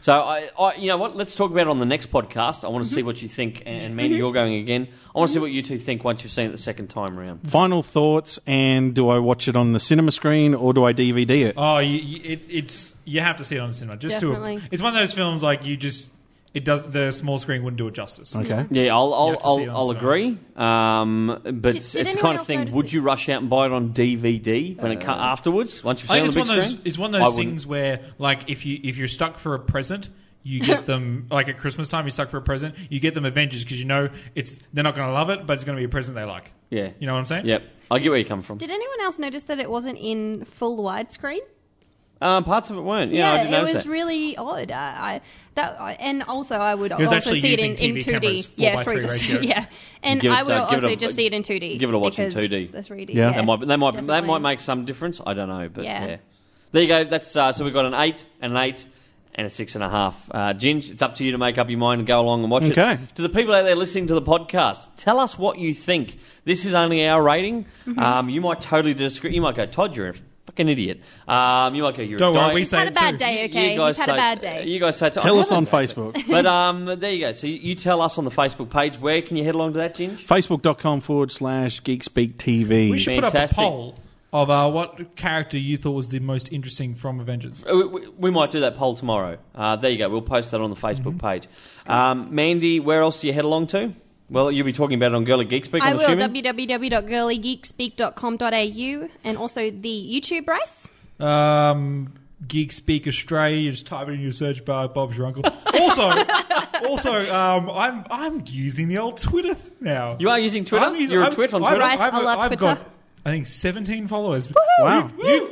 So I, I, you know what? Let's talk about it on the next podcast. I want Mm-hmm. to see what you think, and, and Mandy, you're going again. I want to see what you two think once you've seen it the second time around. Final thoughts, and do I watch it on the cinema screen or do I DVD it? Oh, you, you, it, it's you have to see it on the cinema. Just Definitely. to it's one of those films like you just it does the small screen wouldn't do it justice. Okay. Yeah, I'll I'll, have to see it I'll, on I'll cinema. agree. Um, but Did- it's did it's the anyone kind of else thing. notice Would you it? rush out and buy it on DVD when it ca- afterwards once you've Uh, I seen think it on it's the one big of those screen? it's one I of those wouldn't. things where like if you if you're stuck for a present. You get them like at Christmas time. You're stuck for a present. You get them Avengers because you know it's they're not going to love it, but it's going to be a present they like. Yeah. you know what I'm saying. Yep, I get where you come from. Did anyone else notice that it wasn't in full widescreen? Um, parts of it weren't. Yeah, I did it notice was that. really odd. I, I that I- and also I would was also actually see it in, using in TV 2D. cameras, yeah, 4x3 just, ratio. yeah, and Give it, I would uh, give it also a- just see it in 2D. give it a watch in because 2D. The 3D. Yeah. Yeah, That might, that might, that definitely. might make some difference. I don't know, but yeah. Yeah. There you go. That's uh, so we've got an eight, an eight, and a six and a half. Uh, Ginge, it's up to you to make up your mind and go along and watch Okay. it. To the people out there listening to the podcast, tell us what you think. This is only our rating. Mm-hmm. Um, you might totally disagree. You might go, Todd, you're a fucking idiot. Um, you might go, you're Don't a worry, dyke." we say had a it bad too. day. You Okay, guys he's had a say- bad day. You guys say, Tell I us on haven't, actually. Facebook. But um, there you go. So you- you tell us on the Facebook page. Where can you head along to that, Ginge? Facebook.com forward slash Geekspeak TV. we should put up a Fantastic. poll of uh, what character you thought was the most interesting from Avengers. Uh, We, we- we might do that poll Mm-hmm. tomorrow. Uh, there you go. We'll post that on the Facebook page. Um, Mandy, where else do you head along to? Well, you'll be talking about it on Girly Geek Speak, I I'm will. assuming. www.girlygeekspeak.com.au and also the YouTube race. Um, Geek Speak Australia. You just type it in your search bar. Bob's your uncle. Also, also, um, I'm I'm using the old Twitter now. you are using Twitter? I'm using- You're a I'm- twit on I'm- Twitter? Right. Rice, I I've- love I've Twitter. got, I think 17 followers. Wow. You,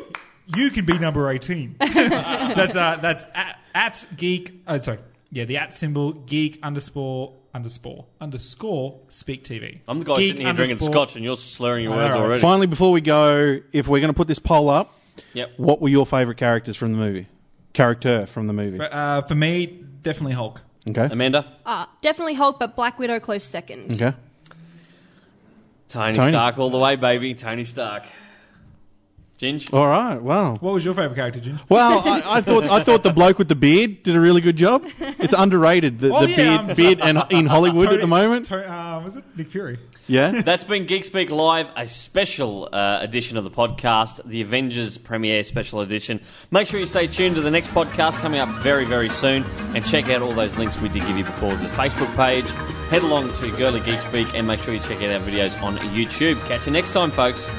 you can be number 18. that's uh, that's at, at geek. Oh, sorry. Yeah, the at symbol geek underscore underscore underscore speak TV. I'm the guy Geek sitting here drinking underscore- scotch and you're slurring your All words right. already. Finally, before we go, if we're going to put this poll up, Yep. what were your favourite characters from the movie? Character from the movie. But, uh, for me, definitely Hulk. Okay. Amanda? Ah, definitely Hulk, but Black Widow close second. Okay. Tony, Tony. Stark all the way, baby. Tony Stark. Ginge? All right. Wow. What was your favorite character, Jim? Well, I, I thought I thought the bloke with the beard did a really good job. It's underrated the, Oh, the yeah, I'm- beard beard and in Hollywood at the moment. To- uh, was it Nick Fury? Yeah. That's been Geek Speak Live, a special uh, edition of the podcast, the Avengers Premiere Special Edition. Make sure you stay tuned to the next podcast coming up very, very soon, and check out all those links we did give you before the Facebook page. Head along to Girly Geek Speak, and make sure you check out our videos on YouTube. Catch you next time, folks.